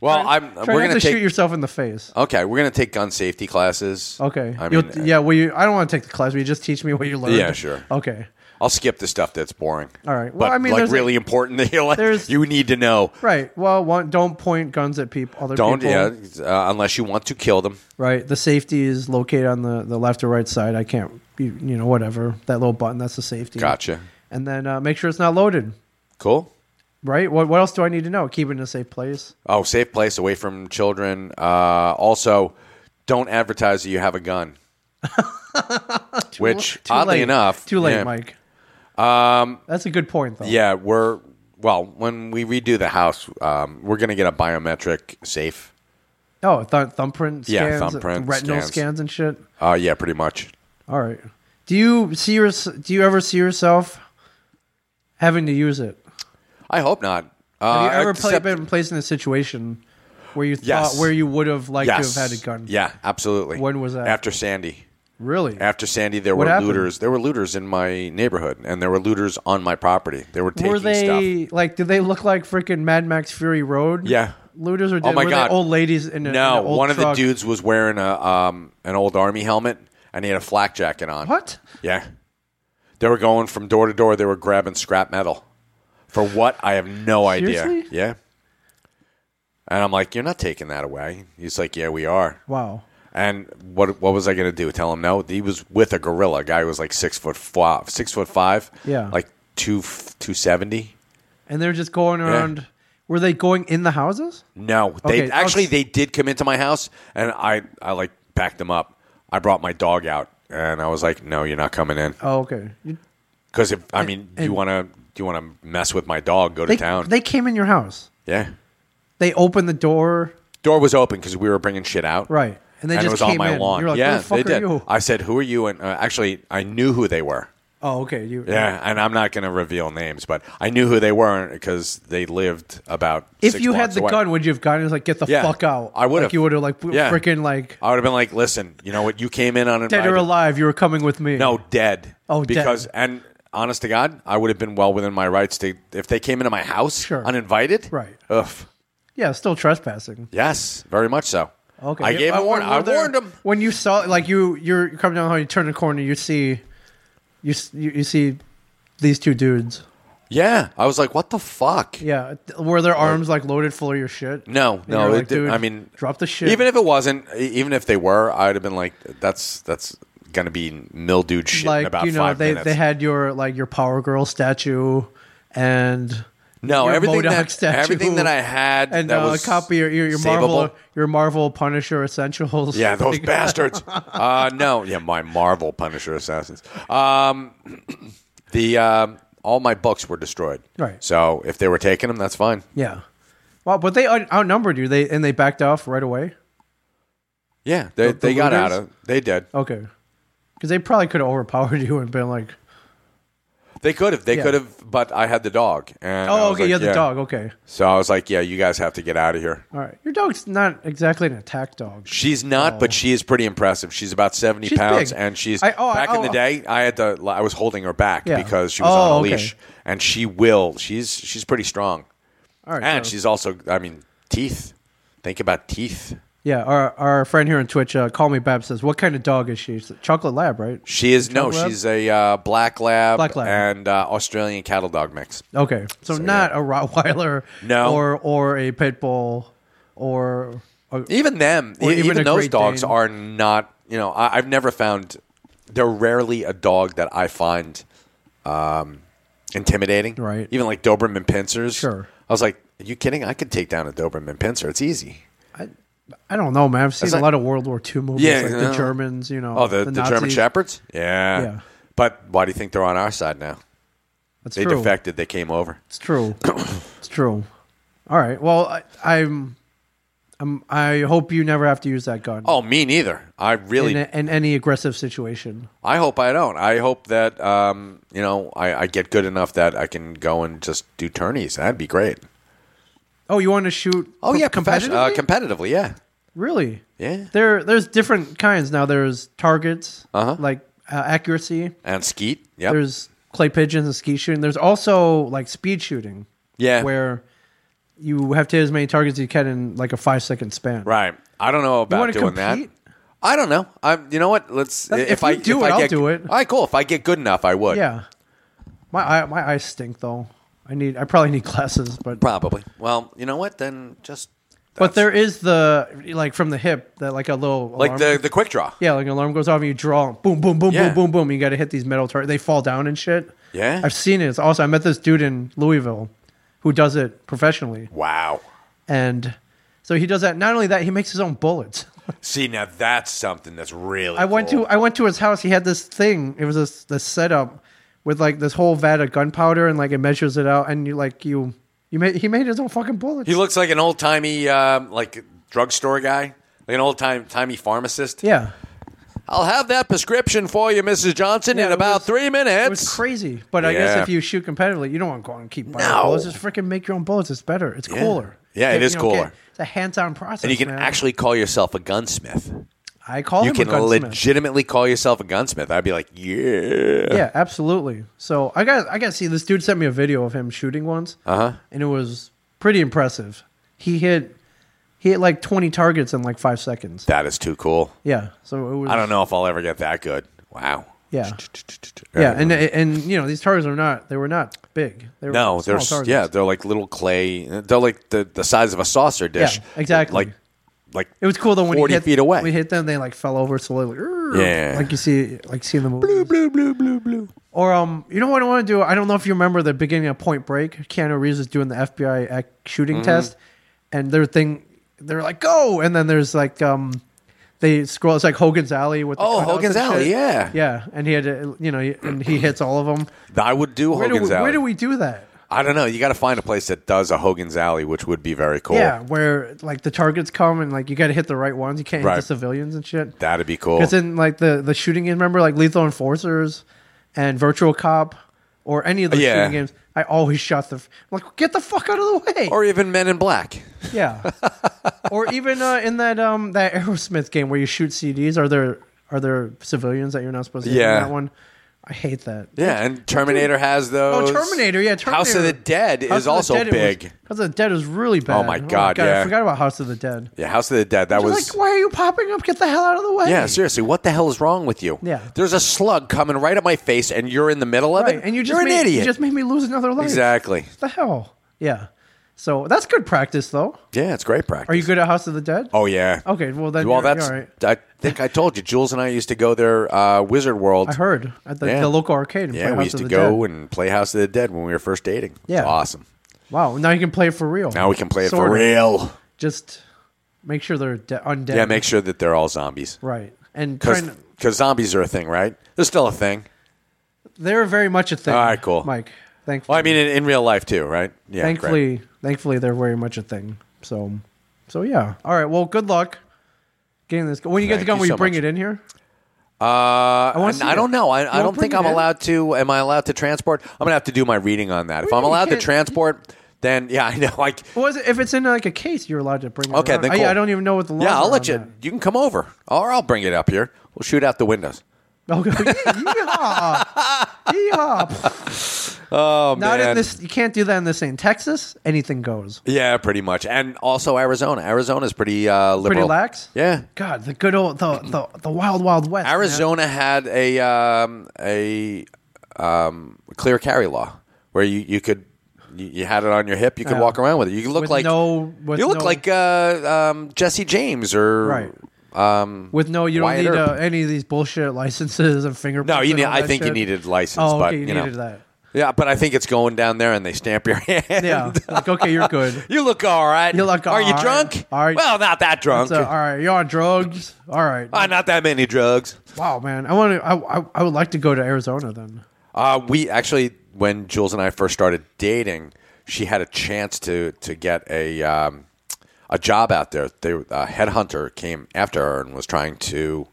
S5: well, I'm.
S10: Try
S5: we're
S10: not
S5: gonna
S10: to
S5: take.
S10: shoot yourself in the face.
S5: okay, we're gonna take gun safety classes.
S10: Okay.
S5: I
S10: You'll-
S5: mean, uh,
S10: yeah. Well, you. I don't want to take the class. But you just teach me what you learned.
S5: Yeah, sure.
S10: Okay.
S5: I'll skip the stuff that's boring.
S10: All right. Well,
S5: but
S10: I mean,
S5: like
S10: there's a-
S5: really important that you like.
S10: there's-
S5: you need to know.
S10: Right. Well, one, don't point guns at people. Other
S5: Don't
S10: people.
S5: yeah, uh, unless you want to kill them.
S10: Right. The safety is located on the, the left or right side. I can't, you, you know, whatever. That little button, that's the safety.
S5: Gotcha.
S10: And then uh, make sure it's not loaded.
S5: Cool.
S10: Right. What, what else do I need to know? Keep it in a safe place.
S5: Oh, safe place away from children. Uh, also, don't advertise that you have a
S10: <laughs>
S5: gun. Which
S10: too
S5: oddly
S10: late.
S5: enough,
S10: Too late,
S5: yeah.
S10: Mike.
S5: Um,
S10: That's a good point, though.
S5: yeah, we're well. When we redo the house, um, we're gonna get a biometric safe.
S10: Oh, th- thumbprint scans,
S5: Yeah, thumbprint
S10: retinal
S5: scans.
S10: scans. and shit.
S5: Uh, yeah, pretty much.
S10: All right. Do you see your, Do you ever see yourself having to use it?
S5: I hope not. Uh,
S10: Have you ever
S5: except-
S10: play, been placed in a situation where you thought
S5: Yes.
S10: where you would have liked
S5: Yes.
S10: to have had a gun?
S5: Yeah, absolutely.
S10: When was that?
S5: After Sandy.
S10: Really?
S5: After Sandy, there
S10: What
S5: were
S10: happened?
S5: looters. There were looters in my neighborhood, and there were looters on my property. They were taking
S10: were
S5: stuff.
S10: they like? Did they look like freaking Mad Max Fury Road?
S5: Yeah.
S10: looters or did,
S5: oh my
S10: were
S5: god!
S10: they old ladies in a,
S5: no,
S10: in an old
S5: one of
S10: truck?
S5: the dudes was wearing a um an old army helmet, and he had a flak jacket on.
S10: What?
S5: Yeah. They were going from door to door. They were grabbing scrap metal. For what? I have no idea.
S10: Seriously?
S5: Yeah. And I'm like, you're not taking that away. He's like, yeah, we are.
S10: Wow.
S5: And what what was I gonna do? Tell him no? He was with a gorilla. A guy who was like six foot five, six foot five.
S10: Yeah.
S5: like two two seventy.
S10: And they're just going around. Were they going in the houses?
S5: No, they
S10: Okay,
S5: actually
S10: okay.
S5: they did come into my house, and I I like packed them up. I brought my dog out, and I was like, no, you're not coming in
S10: Oh, okay. You-
S5: because if I mean,
S10: and-
S5: you want to you want to mess with my dog, go to
S10: they,
S5: town.
S10: They came in your house.
S5: yeah.
S10: They opened the door.
S5: Door was open because we were bringing shit out.
S10: Right. And they
S5: it
S10: just
S5: was
S10: came
S5: on my
S10: in.
S5: lawn.
S10: You're like,
S5: yeah,
S10: "Who the fuck
S5: they
S10: are
S5: did.
S10: you?"
S5: I said, "Who are you?" And uh, actually, I knew who they were.
S10: Oh, okay. You.
S5: Yeah, and I'm not going to reveal names, but I knew who they were because they lived about.
S10: If
S5: six
S10: you had
S5: blocks
S10: the
S5: away.
S10: gun, would you have gotten? It was like, get the
S5: Yeah,
S10: fuck out.
S5: I would have.
S10: Like you would have like
S5: Yeah.
S10: freaking like
S5: I would have been like, "Listen, you know what? You came in on
S10: dead or alive. You were coming with me.
S5: No, dead.
S10: Oh, dead.
S5: because and honest to God, I would have been well within my rights to if they came into my house uninvited.
S10: Right.
S5: Ugh.
S10: Yeah, still trespassing.
S5: Yes, very much so.
S10: Okay.
S5: I gave
S10: Yeah,
S5: a warning.
S10: when
S5: I
S10: we're there-
S5: warned him.
S10: When you saw, like, you you're coming down the hall, you turn the corner, you see, you s- you, you see these two dudes.
S5: Yeah, I was like, "What the fuck?"
S10: Yeah, were their arms like loaded full of your shit?
S5: No,
S10: And
S5: no.
S10: you're
S5: it
S10: like,
S5: did-
S10: "Dude,
S5: I mean,
S10: drop the shit.
S5: Even if it wasn't, e- even if they were, I'd have been like, "That's that's gonna be mildewed shit in
S10: like
S5: about
S10: you know,
S5: five
S10: they
S5: minutes."
S10: they had your like your Power Girl statue and
S5: no,
S10: your
S5: everything
S10: MODOK
S5: that
S10: statue
S5: everything that I had
S10: and
S5: that
S10: uh,
S5: was
S10: a copy of your your
S5: savable-
S10: Marvel your Marvel Punisher essentials.
S5: Yeah, those
S10: Like-
S5: bastards. Uh, no, yeah, my Marvel Punisher assassins. Um, <clears throat> the um, all my books were destroyed.
S10: Right.
S5: So if they were taking them, that's fine.
S10: <laughs> Yeah. Well, but they out- outnumbered you. They and they backed off right away.
S5: Yeah, they
S10: The- the
S5: they got out
S10: looters? Oh.
S5: of. They did.
S10: Okay. Because they probably could have overpowered <laughs> you and been like,
S5: They could have. They
S10: Yeah.
S5: could have. But I had the dog. And I
S10: "Oh,
S5: was
S10: okay,
S5: like,
S10: you have
S5: yeah.
S10: the dog. Okay,
S5: So I was like, yeah, you guys have to get out of here.
S10: all right. Your dog's not exactly an attack dog.
S5: She's not, but she is pretty impressive. She's about seventy
S10: Oh. She's
S5: pounds,
S10: big.
S5: and she's
S10: I- oh, I-
S5: back in the
S10: oh.
S5: day. I had to. I was holding her back
S10: Yeah.
S5: because she was
S10: Oh,
S5: on a
S10: okay.
S5: leash, and she will. She's she's pretty strong,
S10: All right,
S5: and
S10: so-
S5: she's also. I mean, teeth. Think about teeth.
S10: Yeah, our our friend here on Twitch, uh, call me Bab, says, "What kind of dog is she? It's a chocolate lab, right?
S5: She is no.
S10: Chocolate lab?
S5: She's a uh, black lab,
S10: Black lab.
S5: and uh, Australian cattle dog mix.
S10: Okay, so, not a Rottweiler,
S5: No.
S10: or or a pit bull, or a,
S5: Even them,
S10: Or
S5: e-
S10: even
S5: even,
S10: a
S5: those
S10: Great
S5: dogs
S10: Dane.
S5: are not. You know, I, I've never found. They're rarely a dog that I find um, intimidating.
S10: Right.
S5: Even like Doberman pincers.
S10: Sure.
S5: I was like, "Are you kidding? I could take down a Doberman pincer. It's easy."
S10: I don't know, man. I've seen
S5: It's
S10: a
S5: like-
S10: lot of World War II movies,
S5: Yeah,
S10: like
S5: you
S10: the
S5: know.
S10: Germans, you know,
S5: Oh, the, the, German
S10: Nazis.
S5: shepherds. Yeah.
S10: Yeah.
S5: But why do you think they're on our side now?
S10: That's
S5: they
S10: true.
S5: defected. They came over.
S10: It's
S5: <coughs>
S10: true. it's true. All right. Well, I, I'm, I'm. I hope you never have to use that gun.
S5: Oh, me neither. I really.
S10: in, a- in any aggressive situation.
S5: I hope I don't. I hope that um, you know I, I get good enough that I can go and just do tourneys. That'd be great.
S10: Oh, you want to shoot?
S5: Oh
S10: pro-
S5: yeah,
S10: competitively.
S5: profession- uh, competitively, yeah.
S10: really?
S5: Yeah.
S10: There, there's different kinds now. There's targets, uh-huh. like uh, accuracy.
S5: And skeet, yeah.
S10: There's clay pigeons and skeet shooting. There's also like speed shooting.
S5: Yeah.
S10: Where you have to hit as many targets as you can in like a five second span.
S5: Right. I don't know about
S10: wanna
S5: doing
S10: compete?
S5: that. I don't know. I'm. You know what? Let's.
S10: That's-
S5: if,
S10: if
S5: I
S10: you do
S5: if
S10: it,
S5: I
S10: I'll
S5: get,
S10: do it.
S5: All right, cool. If I get good enough, I would.
S10: Yeah. My eye, my eyes stink though. I need. I probably need <laughs> glasses, but
S5: Probably. Well, you know what? Then just
S10: But there is the like from the hip that like a little
S5: like
S10: alarm-
S5: the the quick draw.
S10: yeah like an alarm goes off and you draw boom boom boom
S5: Yeah.
S10: boom boom boom you got to hit these metal targets they fall down and shit
S5: Yeah.
S10: I've seen it it's awesome I met this dude in Louisville who does it professionally
S5: Wow.
S10: and so he does that not only that he makes his own bullets
S5: See, now that's something that's really.
S10: I went
S5: cool.
S10: to I went to his house he had this thing it was this this setup with like this whole vat of gunpowder and like it measures it out and you like you you made he made his own fucking bullets
S5: He looks like an old timey um, like drugstore guy, like an old time timey pharmacist.
S10: yeah
S5: I'll have that prescription for you, Mrs. Johnson, in
S10: it
S5: about
S10: was-
S5: three
S10: It
S5: minutes.
S10: was crazy. But I guess
S5: Yeah.
S10: if you shoot competitively, you don't want to go out and keep buying
S5: No.
S10: bullets. Just freaking make your own bullets. It's better. It's
S5: Yeah.
S10: cooler.
S5: Yeah, it
S10: Get-
S5: is
S10: you know, get-
S5: cooler.
S10: it's a hands-on process.
S5: and you can
S10: man.
S5: actually call yourself a gunsmith.
S10: I call
S5: you
S10: him a
S5: can
S10: gunsmith.
S5: legitimately call yourself a gunsmith. I'd be like, yeah,
S10: Yeah, absolutely. So I got I got to see this dude sent me a video of him shooting once,
S5: Uh huh.
S10: and it was pretty impressive. He hit he hit like twenty targets in like five seconds.
S5: That is too cool.
S10: Yeah, so it was.
S5: I don't know if I'll ever get that good. Wow.
S10: Yeah, yeah, and uh, and you know these targets are not they were not big. They were
S5: no,
S10: small
S5: they're s-
S10: targets.
S5: yeah, they're like little clay. They're like the, the size of a saucer dish.
S10: Yeah, exactly.
S5: Like, like
S10: It was cool though when
S5: forty
S10: he hit,
S5: feet away.
S10: We hit them, they like fell over slowly. Like,
S5: Yeah.
S10: like you see, like see in the movie. Blue, blue, blue, blue, blue. Or um, you know what I want to do? I don't know if you remember the beginning of Point Break. Keanu Reeves is doing the FBI ac- shooting
S5: Mhm.
S10: test, and their thing, they're like go, and then there's like um, they scroll. It's like Hogan's Alley with the
S5: Oh,
S10: cutouts
S5: Hogan's
S10: and
S5: Alley,
S10: shit.
S5: yeah.
S10: yeah, and he had to, you know, and he hits all of
S5: <clears throat>
S10: them.
S5: I would do
S10: Where do
S5: Hogan's
S10: we-
S5: Alley.
S10: Where do we do that?
S5: I don't know. You got to find a place that does a Hogan's Alley, which would be very cool.
S10: Yeah, where like the targets come and like you got to hit the right ones. You can't hit
S5: Right.
S10: the civilians and shit.
S5: That'd be cool.
S10: Because in like the the shooting game, remember like Lethal Enforcers and Virtual Cop or any of those
S5: Yeah.
S10: shooting games, I always shot the f- I'm like get the fuck out of the way.
S5: Or even Men in Black. <laughs>
S10: Yeah. or even uh, in that um that Aerosmith game where you shoot CDs, are there are there civilians that you're not supposed to hit in
S5: Yeah.
S10: that one? I hate that.
S5: Yeah, and Terminator has those.
S10: Oh, Terminator, yeah, Terminator.
S5: House of the Dead
S10: House
S5: is
S10: of the
S5: also
S10: Dead, it
S5: big.
S10: was- House of the Dead is really bad.
S5: Oh my God,
S10: I
S5: yeah.
S10: forgot about House of the Dead.
S5: yeah, House of the Dead. That
S10: I was,
S5: was.
S10: like, why are you popping up? Get the hell out of the way.
S5: yeah, seriously, what the hell is wrong with you?
S10: Yeah.
S5: There's a slug coming right at my face, and you're in the middle of
S10: Right,
S5: it?
S10: and you just
S5: are
S10: made,
S5: an idiot.
S10: You just made me lose another life.
S5: exactly.
S10: What the hell? Yeah. So that's good practice, though.
S5: Yeah, it's great practice.
S10: Are you good at House of the Dead?
S5: Oh, yeah.
S10: Okay, well then
S5: well,
S10: you're- you're
S5: that's.
S10: all right.
S5: I think I told you, Jules and I used to go there, uh, Wizard World.
S10: I heard at the,
S5: Yeah.
S10: the local arcade. And play
S5: Yeah,
S10: House
S5: we used
S10: of
S5: to
S10: the
S5: go
S10: Dead.
S5: and play House of the Dead when we were first dating. It's
S10: Yeah.
S5: awesome.
S10: Wow, now you can play it for real.
S5: Now we can play it
S10: Sorta.
S5: for real.
S10: Just make sure they're de- undead.
S5: Yeah, make sure that they're all zombies.
S10: right. And trying,
S5: Because zombies are a thing, right? They're still a thing.
S10: they're very much a thing.
S5: All right, cool.
S10: Mike. Thankfully,
S5: Well, I mean, in, in real life too, right? Yeah. great.
S10: thankfully, thankfully, they're very much a thing. So, so yeah. All right. Well, good luck getting this. When you get the
S5: Thank
S10: gun,
S5: you
S10: will you
S5: so
S10: bring
S5: much.
S10: it in here?
S5: Uh, I,
S10: wanna see
S5: I
S10: it.
S5: don't know.
S10: You
S5: I, I
S10: wanna
S5: don't
S10: bring
S5: think
S10: it
S5: I'm
S10: in?
S5: allowed to. Am I allowed to transport? I'm gonna have to do my reading on that. If
S10: do
S5: I'm
S10: you mean?
S5: allowed
S10: You
S5: to
S10: can't-
S5: transport, then yeah, <laughs> I know. Like,
S10: Well, is it- if it's in like a case, you're allowed to bring it.
S5: Okay,
S10: around.
S5: then
S10: I-
S5: cool.
S10: I, don't even know what the law.
S5: yeah, I'll let you. You can come over, or I'll bring it up here. We'll shoot out the windows.
S10: <laughs> Okay. Oh, Yeehaw.
S5: <laughs>
S10: Yeehaw.
S5: Oh
S10: Not
S5: man.
S10: in this. You can't do that in this thing. Texas, anything goes.
S5: yeah, pretty much, and also Arizona. Arizona's pretty uh, liberal.
S10: Pretty lax.
S5: Yeah,
S10: God, the good old the the, the wild wild <laughs> west. man.
S5: Arizona had a um, a um, clear carry law where you, you could you, you had it on your hip, you could
S10: Yeah.
S5: walk around with it. You could look
S10: With
S5: like
S10: no- with
S5: you look
S10: no-
S5: like uh, um, Jesse James or
S10: Right.
S5: Um,
S10: With no, you don't
S5: Wyatt
S10: need
S5: Earp.
S10: uh, any of these bullshit licenses and fingerprints.
S5: no, you
S10: and
S5: need,
S10: all
S5: I
S10: that
S5: think you
S10: shit.
S5: needed license,
S10: Oh, okay,
S5: but
S10: you
S5: you, know.
S10: needed that.
S5: Yeah, but I think it's going down there and they stamp your hand.
S10: Yeah, like okay, you're good.
S5: <laughs> you look all right.
S10: You look
S5: Are
S10: all
S5: you
S10: right.
S5: drunk?
S10: All right.
S5: Well, not that drunk.
S10: So, all right, you're on drugs. All right.
S5: Ah, not that many drugs.
S10: Wow, man, I want to. I, I I would like to go to Arizona then.
S5: Uh, we actually, when Jules and I first started dating, she had a chance to to get a um, a job out there. They, a headhunter came after her and was trying to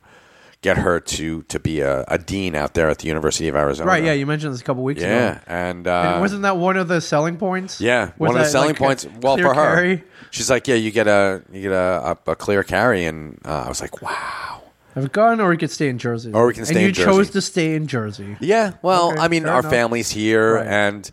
S5: get her to to be a, a dean out there at the University of Arizona.
S10: Right? Yeah, you mentioned this a couple weeks ago.
S5: yeah, and, uh,
S10: And wasn't that one of the selling points?
S5: yeah,
S10: Was
S5: one of the
S10: that,
S5: selling
S10: like, a
S5: points. Well,
S10: clear
S5: for her,
S10: carry?
S5: she's like, yeah, you get a you get a, a, a clear carry, and uh, I was like, wow.
S10: Have a gun, or we could stay in Jersey.
S5: Or we can
S10: and
S5: stay
S10: you
S5: in Jersey.
S10: chose to stay in Jersey.
S5: Yeah, well,
S10: Okay,
S5: I mean,
S10: fair
S5: our
S10: enough.
S5: family's here,
S10: Right.
S5: and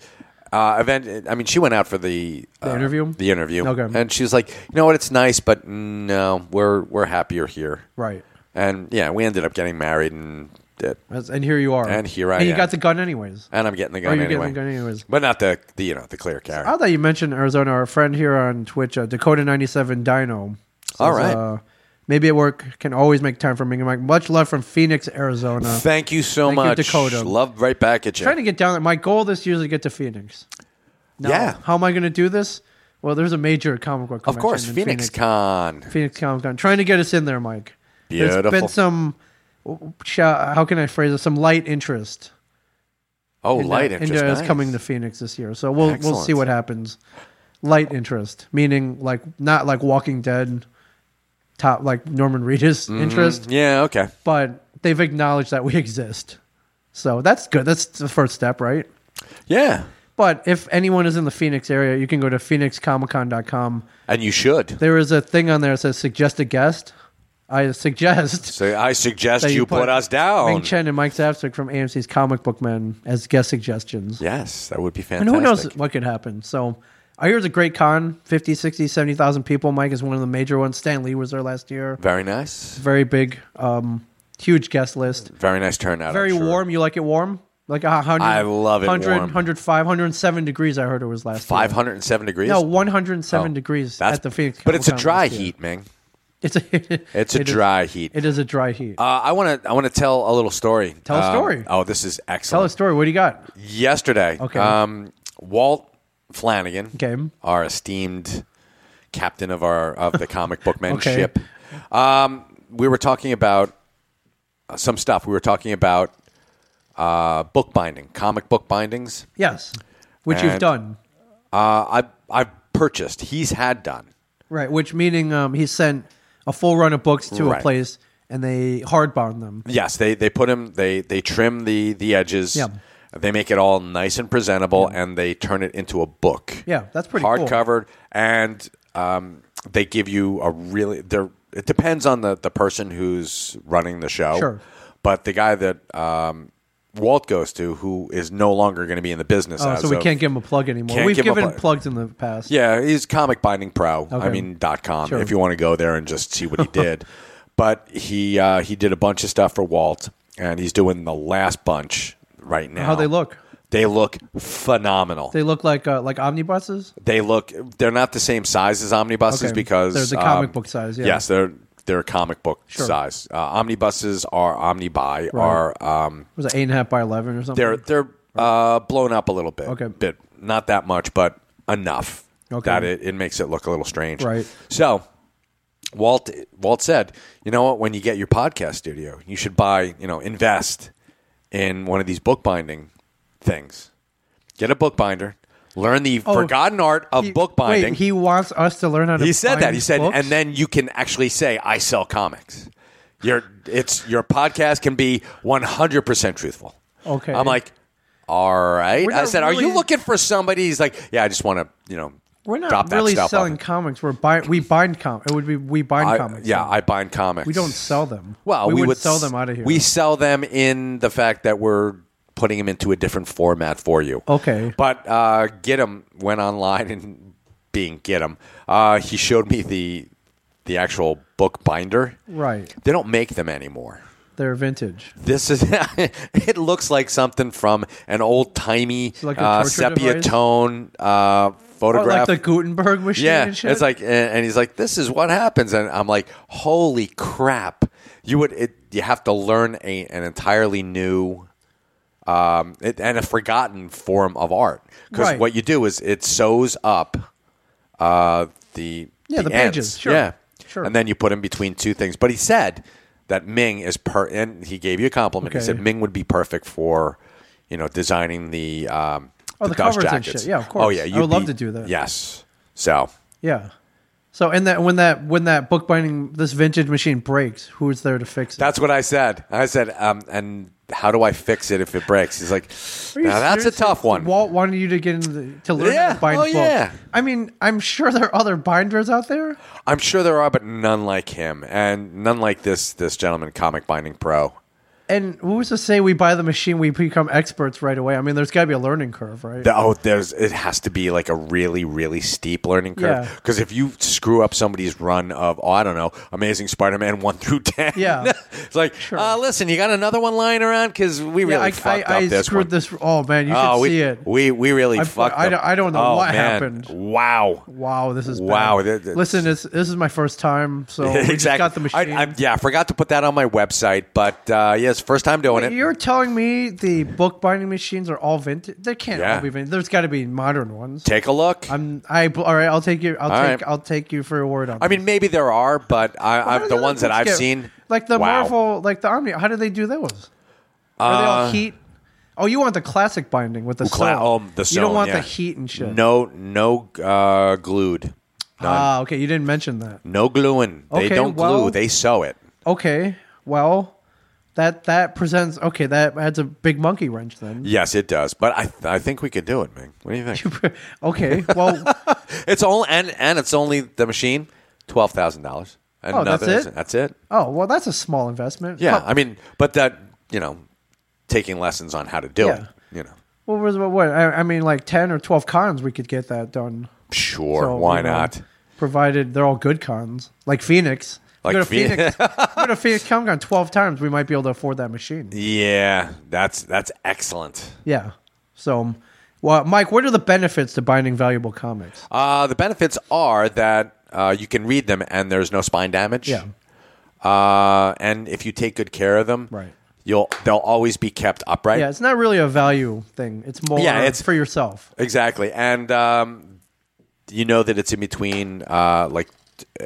S5: uh, event. I mean, she went out for the,
S10: The
S5: uh,
S10: interview?
S5: the interview,
S10: Okay.
S5: and she was like, you know what, it's nice, but no, we're we're happier here,
S10: Right.
S5: And yeah, we ended up getting married, and uh,
S10: That's- And here you are.
S5: And here I
S10: And you
S5: am.
S10: got the gun anyways.
S5: and I'm getting the
S10: Oh,
S5: gun
S10: you're getting
S5: anyway,
S10: the gun anyways.
S5: but not the, the you know the clear carry.
S10: I thought you mentioned Arizona. Our friend here on Twitch, uh, Dakota ninety seven Dino. says,
S5: All right.
S10: Uh, Maybe at work can always make time for Ming and Mike. Much love from Phoenix, Arizona.
S5: Thank you so
S10: Thank you,
S5: much,
S10: Dakota.
S5: Love right back at you.
S10: Trying to get down there. My goal this year is to get to Phoenix. Now,
S5: Yeah.
S10: How am I going to do this? Well, there's a major comic book.
S5: of
S10: convention
S5: course,
S10: in
S5: Phoenix Con.
S10: Phoenix Comic Con. Trying to get us in there, Mike. There's been
S5: Beautiful.
S10: some. sh- How can I phrase it? Some light interest.
S5: Oh,
S10: in
S5: light
S10: that-
S5: interest.
S10: in, uh, is
S5: nice.
S10: coming to Phoenix this year, so we'll we'll see
S5: Excellent.
S10: what happens. Light interest, meaning like not like Walking Dead, top like Norman Reedus
S5: Mm-hmm.
S10: interest,
S5: Mm, Yeah. Okay.
S10: but they've acknowledged that we exist, so that's good. That's the first step, right?
S5: Yeah.
S10: But if anyone is in the Phoenix area, you can go to phoenixcomiccon.com.
S5: And you should.
S10: There is a thing on there that says suggest a guest. I suggest
S5: So I suggest
S10: that
S5: you, put, us down.
S10: Ming Chen and Mike Zapsik from AMC's Comic Book Men as guest suggestions.
S5: Yes, that would be
S10: And
S5: fantastic.
S10: who knows what could happen. So I hear it's a great con 50, 60, 70,000 people. Mike is one of the major ones. Stan Lee was there last year.
S5: Very nice.
S10: Very big, um, huge guest list.
S5: Very nice turnout. I'm
S10: Very
S5: sure.
S10: warm. You like it warm? Like a 100,
S5: I love it
S10: 100,
S5: warm.
S10: 105, 107 degrees, I heard it was last year.
S5: 507 degrees.
S10: No, 107
S5: Oh,
S10: degrees
S5: that's-
S10: at the Phoenix.
S5: But it's a
S10: Comic-Con
S5: dry
S10: last year.
S5: heat, man.
S10: It's a, <laughs>
S5: It's a
S10: it is-
S5: dry heat.
S10: It is a dry heat.
S5: Uh, I want to. I want to tell a little story.
S10: Tell a
S5: Um,
S10: story.
S5: oh, this is
S10: Tell a
S5: excellent.
S10: story. What do you got?
S5: Yesterday,
S10: Okay.
S5: um, Walt Flanagan,
S10: Okay.
S5: our esteemed captain of our of the comic book
S10: <laughs>
S5: men
S10: Okay.
S5: ship, um, we were talking about uh, some stuff. We were talking about uh, book binding, comic book bindings.
S10: Yes. Which you've
S5: And,
S10: done.
S5: Uh, I I've purchased. He's had done.
S10: Right. Which meaning um, he sent a full run of books to
S5: Right.
S10: a place and they hard bound them.
S5: Yes, they they put them. They they trim the the edges.
S10: Yeah.
S5: They make it all nice and presentable, and they turn it into a book.
S10: Yeah, that's pretty cool.
S5: hardcovered, and um, they give you a really. They're, it depends on the the person who's running the show.
S10: Sure.
S5: But the guy that um, Walt goes to, who is no longer going to be in the business,
S10: Oh,
S5: as
S10: so we
S5: of-
S10: can't give him a plug anymore.
S5: Can't
S10: We've
S5: give him a
S10: given
S5: plug.
S10: plugs in the past.
S5: Yeah, he's comic binding pro. I
S10: Okay.
S5: mean dot com.
S10: Sure.
S5: If you want to go there and just see
S10: <laughs>
S5: what he did, but he uh, he did a bunch of stuff for Walt, and he's doing the last bunch right now.
S10: How they look?
S5: They look phenomenal.
S10: They look like uh, like omnibuses.
S5: They look. They're not the same size as omnibuses
S10: Okay.
S5: because um,
S10: They're the comic book size, yeah.
S5: Yes, they're they're comic book
S10: Sure.
S5: size. Uh, omnibuses are omnibuy
S10: Right.
S5: are um,
S10: Was it eight and a half by eleven or something?
S5: they're they're uh, blown up a little bit.
S10: Okay.
S5: bit not that much, but enough
S10: Okay.
S5: that it, it makes it look a little strange.
S10: Right.
S5: So. Walt Walt said, "You know what? When you get your podcast studio, you should buy, you know, invest in one of these bookbinding things. Get a bookbinder, learn the
S10: Oh,
S5: forgotten art of
S10: He-
S5: bookbinding.
S10: Wait, he wants us to learn how to.
S5: He said that.
S10: bind
S5: He said,
S10: books?
S5: and then you can actually say, "I sell comics." Your it's your podcast can be one hundred percent truthful.
S10: Okay.
S5: I'm like, all right.
S10: We're
S5: I
S10: not
S5: said, "Are you
S10: really-
S5: looking for somebody?" He's like, "Yeah, I just want to, you know,
S10: we're not
S5: drop that
S10: really
S5: stuff off."
S10: selling comics. We're bind. We bind comics. It would be we bind
S5: I-
S10: comics.
S5: yeah,
S10: though.
S5: I bind comics.
S10: we don't sell them.
S5: Well,
S10: we,
S5: we
S10: would
S5: would
S10: sell
S5: s-
S10: them out of here.
S5: We sell them in the fact that we're putting them into a different format for you.
S10: Okay.
S5: But uh, get him went online and being get him. Uh, he showed me the the actual book binder.
S10: right.
S5: They don't make them anymore.
S10: They're vintage.
S5: This is <laughs> it looks like something from an old timey
S10: like a
S5: uh,
S10: torture
S5: sepia
S10: device?
S5: tone uh,
S10: Or
S5: photograph.
S10: like the Gutenberg machine.
S5: yeah,
S10: and shit?
S5: it's like, and- and he's like, "This is what happens," and I'm like, "Holy crap!" You would it, you have to learn a, an entirely new um, it, and a forgotten form of art because
S10: Right.
S5: what you do is it sews up uh, the
S10: Yeah, the pages,
S5: ends.
S10: sure.
S5: yeah,
S10: Sure.
S5: and then you put in between two things. But he said that Ming is per, and he gave you a compliment. He
S10: Okay.
S5: said Ming would be perfect for you know designing the um,
S10: Oh, the
S5: dust
S10: covers and
S5: jackets.
S10: shit. Yeah, of
S5: Oh
S10: course.
S5: yeah,
S10: I
S5: you'd
S10: would love
S5: be-
S10: to do that.
S5: Yes, so.
S10: yeah. So and that when that when that bookbinding this vintage machine breaks, who's there to fix it?
S5: That's what I said. I said, um, and how do I fix it if it breaks? He's like,
S10: Are you
S5: now that's a
S10: serious?
S5: tough one.
S10: Walt wanted you to get into the, to learn how
S5: Yeah.
S10: to bind
S5: Oh,
S10: books.
S5: yeah.
S10: I mean, I'm sure there are other binders out there.
S5: I'm sure there are, but none like him, and none like this this gentleman, comic binding pro.
S10: And who's to say we buy the machine, we become experts right away? I mean, there's got to be a learning curve, right?
S5: The- oh, there's it has to be like a really really steep learning curve
S10: Yeah.
S5: because if you screw up somebody's run of oh I don't know Amazing Spider-Man one through ten,
S10: Yeah.
S5: <laughs> it's like uh, listen, you got another one lying around because we really
S10: yeah, I,
S5: fucked
S10: I,
S5: up
S10: I
S5: this
S10: screwed
S5: one.
S10: this. Oh man, you should
S5: oh, we,
S10: see it.
S5: we we really
S10: I-
S5: fucked.
S10: I
S5: up.
S10: don't- I don't know
S5: Oh,
S10: what
S5: man.
S10: happened.
S5: Wow.
S10: wow, this is bad.
S5: Wow, that- that's-
S10: Listen, it's, this is my first time,
S5: <laughs>
S10: so we just got the machine.
S5: I, I, yeah, I forgot to put that on my website, but uh, yes, first time doing it.
S10: You're telling me the book binding machines are all vintage? They can't
S5: Yeah.
S10: all be vintage. There's got to be modern ones.
S5: Take a look. i
S10: I'm I all right. I'll take you. I'll
S5: All
S10: take.
S5: right.
S10: I'll take you for your word on.
S5: mean, maybe there are, but I,
S10: How
S5: I,
S10: do
S5: the
S10: other
S5: ones that
S10: books
S5: I've
S10: get-
S5: seen,
S10: like the
S5: wow.
S10: Marvel, like the Omni. How do they do those? Are they all
S5: Uh,
S10: heat? Oh, you want the classic binding with the
S5: Cla-
S10: sewn.
S5: um, the
S10: you don't
S5: sewn,
S10: want
S5: yeah.
S10: the heat and shit.
S5: No, no uh, glued. None.
S10: Ah, okay. You didn't mention that.
S5: no gluing. They
S10: okay,
S5: don't
S10: well-
S5: glue. They sew it.
S10: Okay. Well, that that presents. Okay, that adds a big monkey wrench then.
S5: Yes, it does. But I, I think we could do it, Ming. What do you
S10: <laughs>
S5: think?
S10: okay. Well,
S5: <laughs> it's only and and it's only the machine, twelve thousand dollars.
S10: Oh, that's it?
S5: That's it.
S10: oh well, that's a small investment.
S5: Yeah,
S10: Huh.
S5: I mean, but that you know, taking lessons on how to do
S10: Yeah.
S5: it. You know,
S10: What was what? what I, I mean, like ten or twelve cons, we could get that done.
S5: sure,
S10: So,
S5: why
S10: you know,
S5: not?
S10: Provided they're all good cons, like Phoenix.
S5: Like
S10: go to
S5: Phoenix. <laughs>
S10: Phoenix. go to Phoenix Comic Con twelve times. We might be able to afford that machine.
S5: Yeah, that's that's excellent.
S10: Yeah. So, well, Mike, what are the benefits to binding valuable comics?
S5: Uh, the benefits are that uh, you can read them and there's no spine damage.
S10: Yeah.
S5: Uh, and if you take good care of them,
S10: Right.
S5: you'll they'll always be kept upright.
S10: Yeah, it's not really a value thing. It's more.
S5: Yeah, it's-
S10: for yourself.
S5: Exactly, and um, you know that it's in between, uh, like just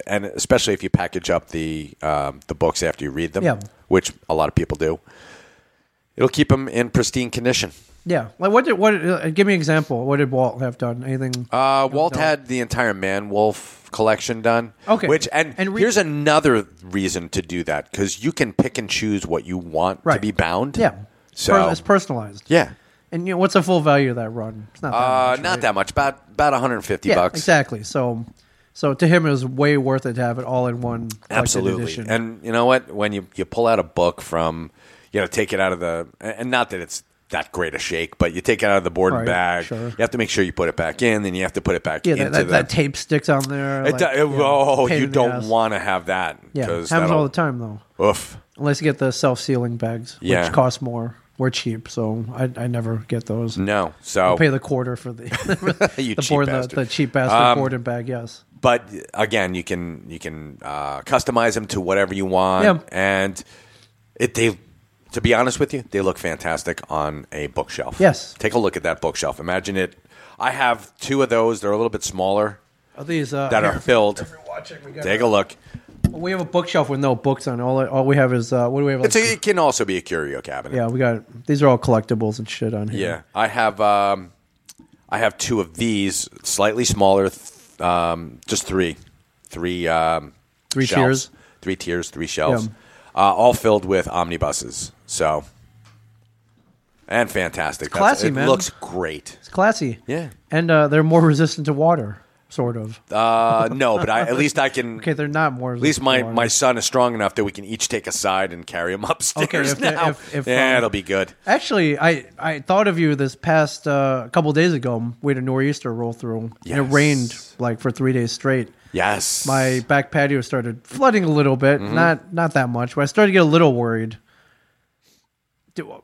S5: and especially if you package up the um, the books after you read them,
S10: Yeah.
S5: which a lot of people do. It'll keep them in pristine condition.
S10: Yeah. Like what did what? Uh, give me an example. What did Walt have done? Anything?
S5: Uh, Walt
S10: no.
S5: had the entire Man Wolf collection done.
S10: Okay.
S5: Which and,
S10: And re-
S5: here's another reason to do that because you can pick and choose what you want to
S10: Right.
S5: be bound.
S10: Yeah.
S5: So
S10: Per- it's personalized.
S5: Yeah.
S10: And you know, what's the full value of that run? It's not that
S5: uh,
S10: much,
S5: not
S10: right?
S5: that much. About about 150
S10: yeah,
S5: bucks.
S10: Exactly. So, so to him, it was way worth it to have it all in one. collected
S5: Absolutely.
S10: edition.
S5: And you know what? When you you pull out a book from, you know, take it out of the, and not that it's that great a shake, but you take it out of the board
S10: Right,
S5: and bag.
S10: sure.
S5: You have to make sure you put it back in, then you have to put it back
S10: yeah,
S5: into
S10: that, that,
S5: the.
S10: that tape sticks on there.
S5: it,
S10: like,
S5: do-
S10: yeah,
S5: it- oh,
S10: pain
S5: you
S10: in the
S5: don't
S10: ass.
S5: want to have that.
S10: Yeah,
S5: 'cause
S10: happens all the
S5: that'll-
S10: time though.
S5: Oof.
S10: Unless you get the self-sealing bags,
S5: Yeah.
S10: which cost more. We're cheap, so I, I never get those.
S5: No, so-
S10: I pay the <laughs> quarter for the
S5: <laughs> You
S10: the
S5: cheap
S10: board, the,
S5: bastard.
S10: the cheap bastard
S5: Um,
S10: board and bag. Yes,
S5: But again, you can you can uh, customize them to whatever you want,
S10: Yeah.
S5: and it they. To be honest with you, they look fantastic on a bookshelf.
S10: Yes.
S5: Take a look at that bookshelf. Imagine it. I have two of those. They're a little bit smaller.
S10: Are these, uh,
S5: that are
S10: here.
S5: filled.
S10: we got
S5: Take a look.
S10: <laughs> we have a bookshelf with no books on. it. All all we have is uh, what do we have?
S5: It's
S10: like-
S5: a, it can also be a curio cabinet.
S10: yeah, we got these are all collectibles and shit on here.
S5: Yeah, I have um, I have two of these, slightly smaller, th- um, just three, three, um,
S10: Three
S5: shelves.
S10: tiers?
S5: three tiers, three shelves,
S10: Yeah.
S5: uh, all filled with omnibuses. So, and fantastic, That's-
S10: classy,
S5: it
S10: man.
S5: Looks great.
S10: It's classy.
S5: Yeah.
S10: And uh, they're more resistant to water, sort of.
S5: Uh, no, but I, at least I can.
S10: <laughs> Okay, they're not more.
S5: At least my, my son is strong enough that we can each take a side and carry him <laughs> upstairs
S10: if they-
S5: now.
S10: if- if,
S5: yeah,
S10: um,
S5: it'll be good.
S10: Actually, I, I thought of you this past uh, couple days ago. We had a nor'easter roll through. And
S5: Yes.
S10: it rained like for three days straight.
S5: Yes.
S10: My back patio started flooding a little bit.
S5: Mhm.
S10: Not not that much, but I started to get a little worried. Do,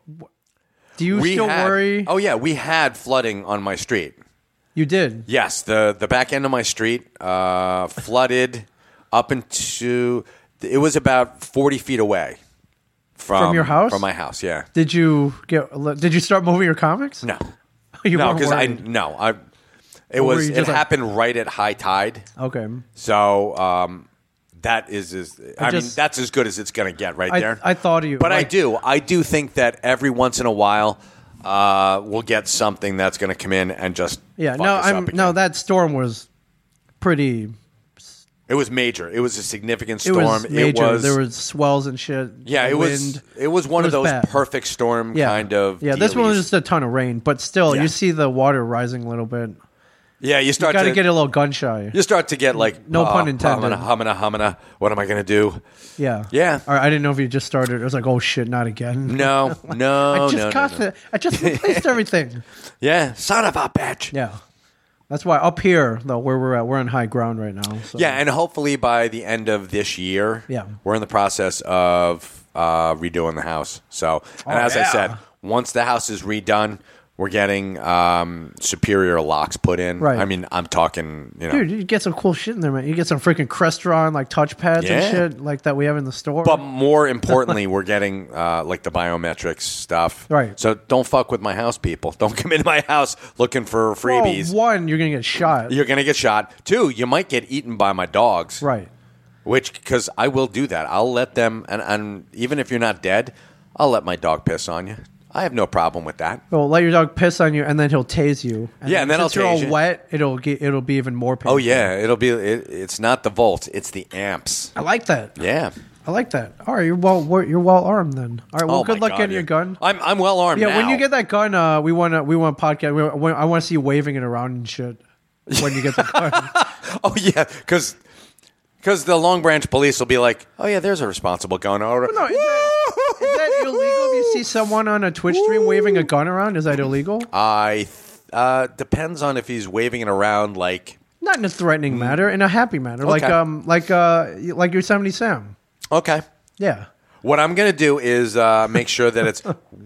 S10: do you still
S5: had-
S10: worry?
S5: Oh yeah, we had flooding on my street.
S10: You did.
S5: Yes, the the back end of my street uh, flooded up into. It was about forty feet away from
S10: From your house?
S5: From my house, yeah.
S10: Did you get? Did you start moving your comics?
S5: No.
S10: <laughs> You
S5: no,
S10: weren't
S5: I
S10: worried?
S5: no, I. It
S10: Or were
S5: was
S10: you
S5: it
S10: just like- Oh.
S5: happened right at high tide.
S10: Okay.
S5: So um, that is is I,
S10: I
S5: mean
S10: just-
S5: that's as good as it's going to get right
S10: I,
S5: there.
S10: I thought of you,
S5: But I
S10: like-
S5: do. I do think that every once in a while, uh, we'll get something that's going to come in and just
S10: Yeah,
S5: fuck
S10: no,
S5: us
S10: I'm
S5: up again.
S10: no. That storm was pretty.
S5: It was major. It was a significant
S10: It was
S5: storm.
S10: major. there was swells and shit.
S5: yeah. It was
S10: wind.
S5: it was one
S10: It
S5: of those
S10: bad.
S5: perfect storm
S10: yeah.
S5: kind of.
S10: Yeah, this one was
S5: dealies.
S10: just a ton of rain, but still,
S5: Yeah.
S10: you see the water rising a little bit.
S5: Yeah, you
S10: You
S5: start
S10: got to
S5: to
S10: get a little gun shy.
S5: You start to get like "Ah,
S10: No pun
S5: Humana,
S10: intended.
S5: humana, humana. What am I going to do?
S10: Yeah,
S5: Yeah.
S10: Or I didn't know if you just started. It was like, oh shit, not again.
S5: No, no,
S10: <laughs> I just
S5: no, no,
S10: cost
S5: no.
S10: it. I just replaced
S5: <laughs>
S10: everything.
S5: Yeah, son of a bitch.
S10: Yeah, that's why up here though, where we're at, we're on high ground right now. So.
S5: Yeah, and hopefully by the end of this year,
S10: Yeah.
S5: we're in the process of uh, redoing the house. So, and
S10: Oh,
S5: as I
S10: yeah.
S5: said, once the house is redone, we're getting um, superior locks put in.
S10: Right.
S5: I mean, I'm talking, you know,
S10: Dude, you get some cool shit in there, man. You get some freaking Crestron like touch pads
S5: Yeah.
S10: and shit like that we have in the store.
S5: But more importantly, we're getting uh, like the biometrics stuff.
S10: Right.
S5: So don't fuck with my house, people. <laughs> Don't come into my house looking for
S10: Well,
S5: freebies.
S10: Oh, one, you're gonna get shot.
S5: You're gonna get shot. Two, you might get eaten by my dogs.
S10: Right.
S5: Which, because I will do that. I'll let them, and, and even if you're not dead, I'll let my dog piss on you. I have no problem with that.
S10: Well, let your dog piss on you, and then he'll tase you.
S5: Yeah, and then I'll
S10: since you're all
S5: tase you.
S10: wet. It'll get, it'll be even more painful.
S5: Oh yeah, it'll be. It, it's not the volts. It's the amps.
S10: I like that.
S5: Yeah.
S10: I like that. All right, you're well wor- you're well armed then. All right, well,
S5: Oh,
S10: good
S5: my
S10: luck
S5: God,
S10: getting
S5: yeah.
S10: your gun.
S5: I'm I'm well armed.
S10: yeah, when
S5: now.
S10: you get that gun, uh, we want to we want a podcast. We, want- I want to see you waving it around and shit when you get the
S5: <laughs>
S10: gun.
S5: Oh yeah, because because the Long Branch police will be like, oh yeah, there's a responsible gun owner.
S10: no, is that, is that illegal? If you see someone on a Twitch stream waving a gun around, is that illegal?
S5: I th- uh, depends on if he's waving it around like
S10: Not in a
S5: Mm.
S10: threatening manner, in a happy manner, like
S5: Okay.
S10: um like uh like Yosemite Sam.
S5: okay.
S10: Yeah.
S5: What I'm gonna do is uh, make sure that
S10: <laughs>
S5: it's.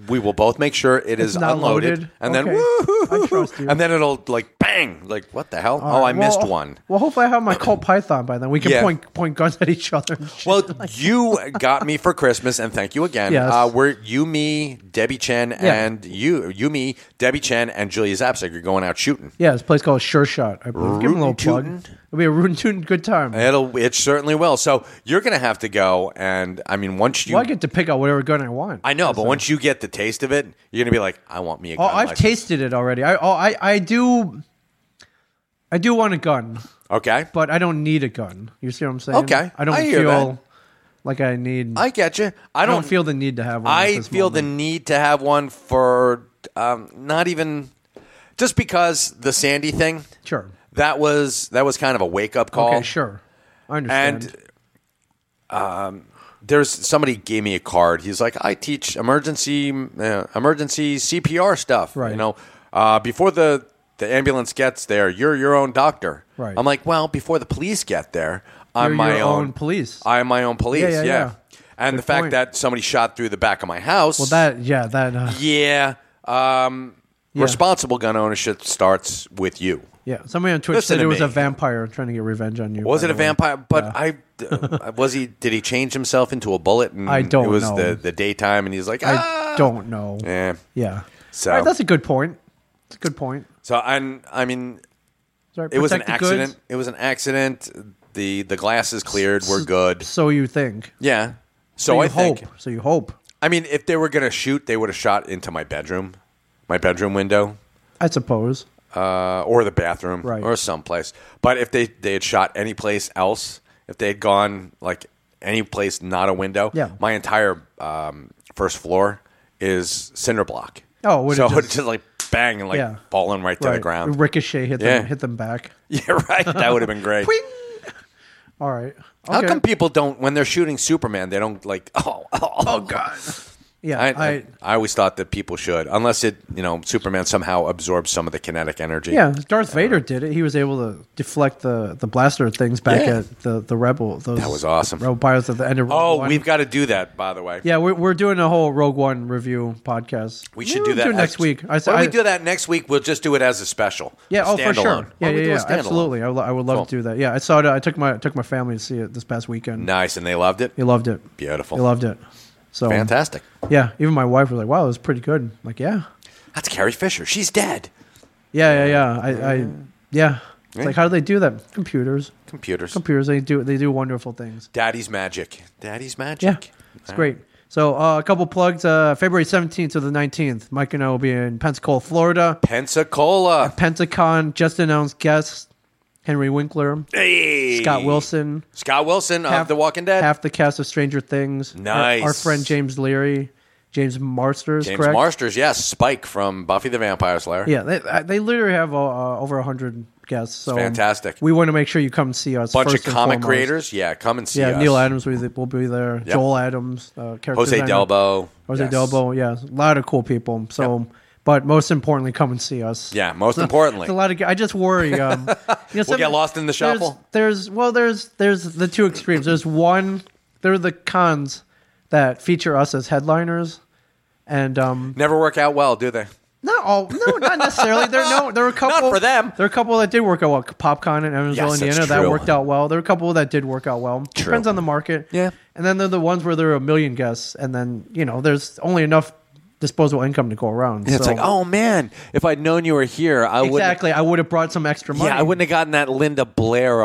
S5: we will both make sure
S10: It's
S5: it is
S10: not
S5: unloaded,
S10: loaded.
S5: and
S10: Okay.
S5: then woo, and then it'll like bang, like what the hell?
S10: All
S5: oh,
S10: right,
S5: I missed
S10: well-
S5: one.
S10: Well, hopefully I have my
S5: <coughs>
S10: Colt Python by then. We can
S5: Yeah.
S10: point point guns at each other.
S5: <laughs> Well, you got me for Christmas, and thank you again.
S10: Yes.
S5: Uh, we're you, me, Debbie Chen,
S10: Yeah.
S5: and you, you, me, Debbie Chen, and Julia Zapsik. You're going out shooting.
S10: Yeah, this place called Sure Shot. I believe. Give him a little plug.
S5: Rootin'
S10: It'll be a rootin' tootin' good time.
S5: It'll, it certainly will. So you're going to have to go, and I mean, once you,
S10: well, I get to pick out whatever gun I want.
S5: I know, but once you get the taste of it, you're going to be like, I want me a
S10: Oh,
S5: gun.
S10: I've
S5: license.
S10: tasted it already. I oh, I I do. I do want a gun,
S5: Okay,
S10: but I don't need a gun. You see what I'm saying?
S5: Okay,
S10: I don't
S5: I hear
S10: feel like I need.
S5: I get you. I
S10: I don't,
S5: don't.
S10: feel the need to have one.
S5: I feel the need to have one for um, not even just because the Sandy thing.
S10: the sure.
S5: That was that was kind of a wake up call.
S10: Okay, sure. I understand.
S5: and um, there's somebody gave me a card. He's like, I teach emergency uh, emergency CPR stuff.
S10: Right.
S5: You know, uh, before the the ambulance gets there, you're your own doctor.
S10: Right.
S5: I'm like, well, before the police get there, I'm
S10: You're
S5: my
S10: your
S5: own,
S10: own police.
S5: I'm my own police.
S10: Yeah,
S5: Yeah.
S10: yeah, yeah.
S5: And the fact
S10: point.
S5: that somebody shot through the back of my house.
S10: well, that yeah, that uh,
S5: Yeah. Um,
S10: Yeah.
S5: Responsible gun ownership starts with you.
S10: yeah. Somebody on Twitch
S5: Listen
S10: said
S5: to
S10: it was
S5: me.
S10: a vampire trying to get revenge on you.
S5: Was
S10: by
S5: it a
S10: the way.
S5: vampire? But I uh, was he. Did he change himself into a bullet? And
S10: I don't
S5: It was
S10: know.
S5: the the daytime, and he's like, ah.
S10: I don't know.
S5: yeah.
S10: Yeah.
S5: So
S10: All right, that's a good point. It's a good point.
S5: so I I mean,
S10: Sorry,
S5: it was an
S10: protect the goods.
S5: accident. It was an accident. The the glass is cleared. We're good.
S10: So you think?
S5: Yeah. So,
S10: you
S5: I think.
S10: hope. So you hope.
S5: I mean, if they were gonna shoot, they would have shot into my bedroom, my bedroom window,
S10: I suppose.
S5: uh, or the bathroom,
S10: Right.
S5: or someplace. But if they they had shot any place else, if they had gone like any place not a window,
S10: Yeah.
S5: my entire um, first floor is cinder block.
S10: Oh, it would've
S5: so it would
S10: just-
S5: just like bang and like
S10: Yeah.
S5: fallen right to the
S10: Right.
S5: ground.
S10: Ricochet hit
S5: Yeah.
S10: them. Hit them back.
S5: <laughs> Yeah, right. That would have
S10: <laughs>
S5: been great.
S10: All right.
S5: How
S10: Okay.
S5: come people don't when they're shooting Superman? They don't like <laughs> oh oh, oh god.
S10: Yeah.
S5: I,
S10: I,
S5: I I always thought that people should, unless it you know Superman somehow absorbs some of the kinetic energy.
S10: yeah. Darth Vader did it. He was able to deflect the, the blaster things back
S5: Yeah.
S10: at the the rebel. Those
S5: That was awesome.
S10: Rebel pilots at the end of. Rogue
S5: Oh,
S10: One.
S5: we've got to do that. By the way,
S10: Yeah, we're, we're doing a whole Rogue One review podcast.
S5: We should
S10: We'll
S5: do that
S10: next
S5: as-
S10: week.
S5: Why
S10: I, said-
S5: don't we
S10: I-
S5: do that next week? We'll just do it as a special.
S10: Yeah, oh for
S5: Standalone.
S10: sure.
S5: Why
S10: Yeah,
S5: don't we do
S10: yeah,
S5: a
S10: yeah.
S5: standalone?
S10: absolutely. I, would lo- I would love to do
S5: Cool.
S10: that. Yeah, I saw it. I took my took my family to see it this past weekend.
S5: Nice, and they loved it.
S10: They loved it.
S5: Beautiful.
S10: They loved it. So
S5: Fantastic.
S10: Yeah, even my wife was like, "Wow, it was pretty good." I'm like, yeah,
S5: That's Carrie Fisher. She's dead.
S10: yeah, yeah, yeah. I, I yeah. It's like, how do they do that? Computers,
S5: Computers.
S10: computers. They do they do wonderful things.
S5: Daddy's magic. Daddy's magic.
S10: Yeah, it's great. So uh, a couple plugs. Uh, February seventeenth to the nineteenth, Mike and I will be in Pensacola, Florida.
S5: Pensacola.
S10: Pentacon just announced guests: Henry Winkler,
S5: Hey.
S10: Scott Wilson.
S5: Scott Wilson of
S10: Half-
S5: The Walking Dead.
S10: half the cast of Stranger Things. Our-
S5: Nice.
S10: Our, friend James Leary, James Marsters,
S5: James
S10: correct?
S5: Marsters. Yes, Spike from Buffy the Vampire Slayer.
S10: Yeah, they, uh, they literally have uh, uh, over 100 guests. So
S5: Fantastic.
S10: We want to make sure you come see us.
S5: Bunch of
S10: first and
S5: comic
S10: foremost.
S5: creators. Yeah, come and see
S10: Yeah,
S5: us.
S10: Neil Adams will be, will be there. Joel Adams, uh, character
S5: Jose
S10: designer.
S5: Delbo.
S10: Jose
S5: Yes.
S10: Delbo, yeah. A lot of cool people. So, but most importantly, come and see us. <laughs>
S5: Yeah, most
S10: It's a
S5: importantly.
S10: lot of. I just worry. Um,
S5: <laughs>
S10: you know, some-
S5: get lost in the
S10: there's-
S5: shuffle.
S10: There's, well, there's there's the two extremes. There's one. There are the cons that feature us as headliners, and um,
S5: Never work out well, do they?
S10: not all. No, not necessarily. There no.
S5: <laughs>
S10: There were a couple
S5: for them.
S10: There were a couple that did work out well. PopCon in Evansville,
S5: Yes, that's
S10: Indiana, that
S5: true.
S10: worked out well. There were a couple that did work out well.
S5: True.
S10: Depends on the market.
S5: Yeah.
S10: And then there are the ones where there are a million guests, and then you know there's only enough disposable income to go around.
S5: And it's
S10: So-
S5: like, oh man, if I'd known you were here, I would
S10: Exactly. I would have brought some extra money.
S5: Yeah, I wouldn't have gotten that Linda Blair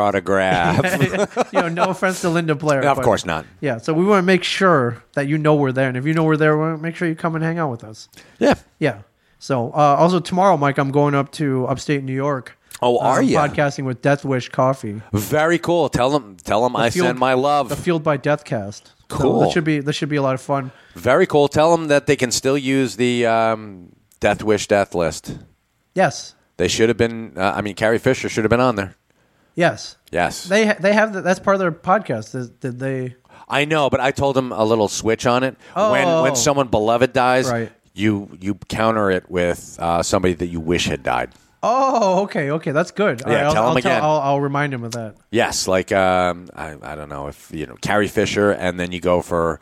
S10: <laughs>
S5: autograph.
S10: you know, no offense to Linda Blair.
S5: of
S10: but-
S5: course not.
S10: Yeah, so we want to make sure that you know we're there, and if you know we're there, we wanna make sure you come and hang out with us.
S5: Yeah.
S10: Yeah. So uh, also tomorrow, Mike, I'm going up to upstate New York.
S5: Oh,
S10: Uh,
S5: are
S10: I'm
S5: you?
S10: podcasting with Death Wish Coffee?
S5: Very cool. Tell them, tell them I
S10: Fueled-
S5: send my
S10: The
S5: love.
S10: Fueled by Deathcast. So
S5: Cool.
S10: that should be this should be a lot of fun.
S5: Very cool. Tell them that they can still use the um, Death Wish death list.
S10: Yes.
S5: They should have been. Uh, I mean, Carrie Fisher should have been on there.
S10: Yes.
S5: Yes,
S10: They ha- they have the, that's part of their podcast. Is, did they?
S5: I know, but I told them a little switch on it. When
S10: Oh.
S5: when someone beloved dies,
S10: Right.
S5: you you counter it with uh, somebody that you wish had died.
S10: Oh, okay, okay, that's good. All
S5: Yeah,
S10: I'll,
S5: tell 'em
S10: I'll
S5: again.
S10: I'll, I'll remind him of that.
S5: Yes, like um, I, I don't know if you know Carrie Fisher, and then you go for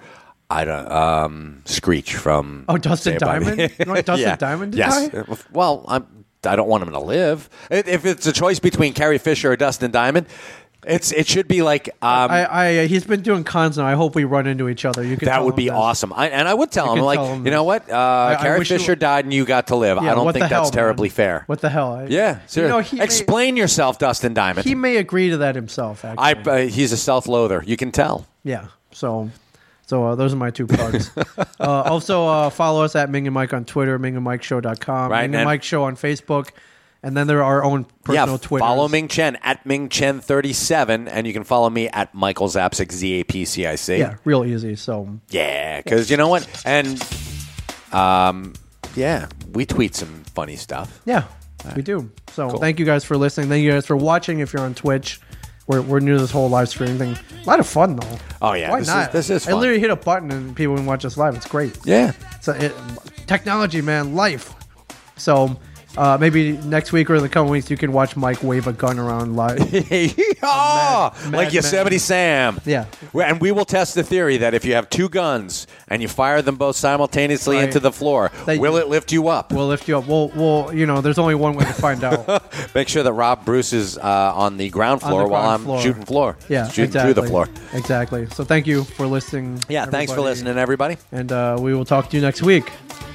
S5: I don't. Um, Screech from
S10: Oh, Dustin
S5: Saved by the-
S10: Diamond? You want Dustin
S5: <laughs> yeah.
S10: Diamond to
S5: yes.
S10: die?
S5: Well, I'm. I don't want him to live. If if it's a choice between Carrie Fisher or Dustin Diamond, it's it should be like um,
S10: I, I he's been doing cons now. I hope we run into each other. You could
S5: that
S10: tell
S5: would
S10: him
S5: be
S10: this.
S5: awesome. I, and I would tell
S10: You
S5: him
S10: could
S5: like,
S10: tell him
S5: you know
S10: I-
S5: what? Uh,
S10: I
S5: Carrie
S10: wish you-
S5: Fisher died and you got to live.
S10: Yeah,
S5: I don't
S10: what the
S5: think
S10: hell,
S5: that's
S10: man?
S5: terribly fair.
S10: What the hell? I,
S5: Yeah, seriously.
S10: know, he may-
S5: Explain yourself, Dustin Diamond.
S10: he may agree to that himself. Actually.
S5: I uh, he's a self-loather. You can tell.
S10: Yeah. So, so uh, those are my two
S5: <laughs>
S10: plugs. uh, also, uh, follow us at Ming and Mike on Twitter, mingandmikeshow.com,
S5: Right,
S10: Ming and
S5: and-
S10: Mike Show on Facebook, and then there are our own personal
S5: yeah,
S10: Twitter.
S5: follow Ming Chen at Ming Chen thirty seven, and you can follow me at Michael Zapsik Z A P C I C.
S10: Yeah, real easy. So
S5: Yeah, because you know what, and um, yeah, we tweet some funny stuff.
S10: yeah, we do. So thank you guys for listening. Thank you guys for watching. If you're on Twitch, we're we're new to this whole live stream thing. A lot of fun though.
S5: Oh yeah,
S10: Why
S5: this
S10: not?
S5: Is, this is
S10: I
S5: fun.
S10: literally hit a button and people can watch us live. It's great. <laughs>
S5: Yeah.
S10: So it, technology, man, life. So uh, maybe next week or in the coming weeks, you can watch Mike wave a gun around
S5: <laughs>
S10: live.
S5: Yeehaw! Oh, like Yosemite Sam.
S10: Yeah.
S5: And we will test the theory that if you have two guns and you fire them both simultaneously
S10: Right.
S5: into the floor,
S10: They-
S5: will it lift you up?
S10: we'll lift you up. We'll, we'll, you know, there's only one way to find
S5: <laughs>
S10: out.
S5: Make sure that Rob Bruce is uh, on the ground
S10: On the
S5: floor while
S10: ground
S5: I'm
S10: floor.
S5: shooting floor.
S10: Yeah,
S5: shooting
S10: exactly.
S5: through the floor.
S10: Exactly. So thank you for listening.
S5: Yeah, thanks for
S10: everybody.
S5: listening, everybody.
S10: And uh, we will talk to you next week.
S2: Oh,
S8: E,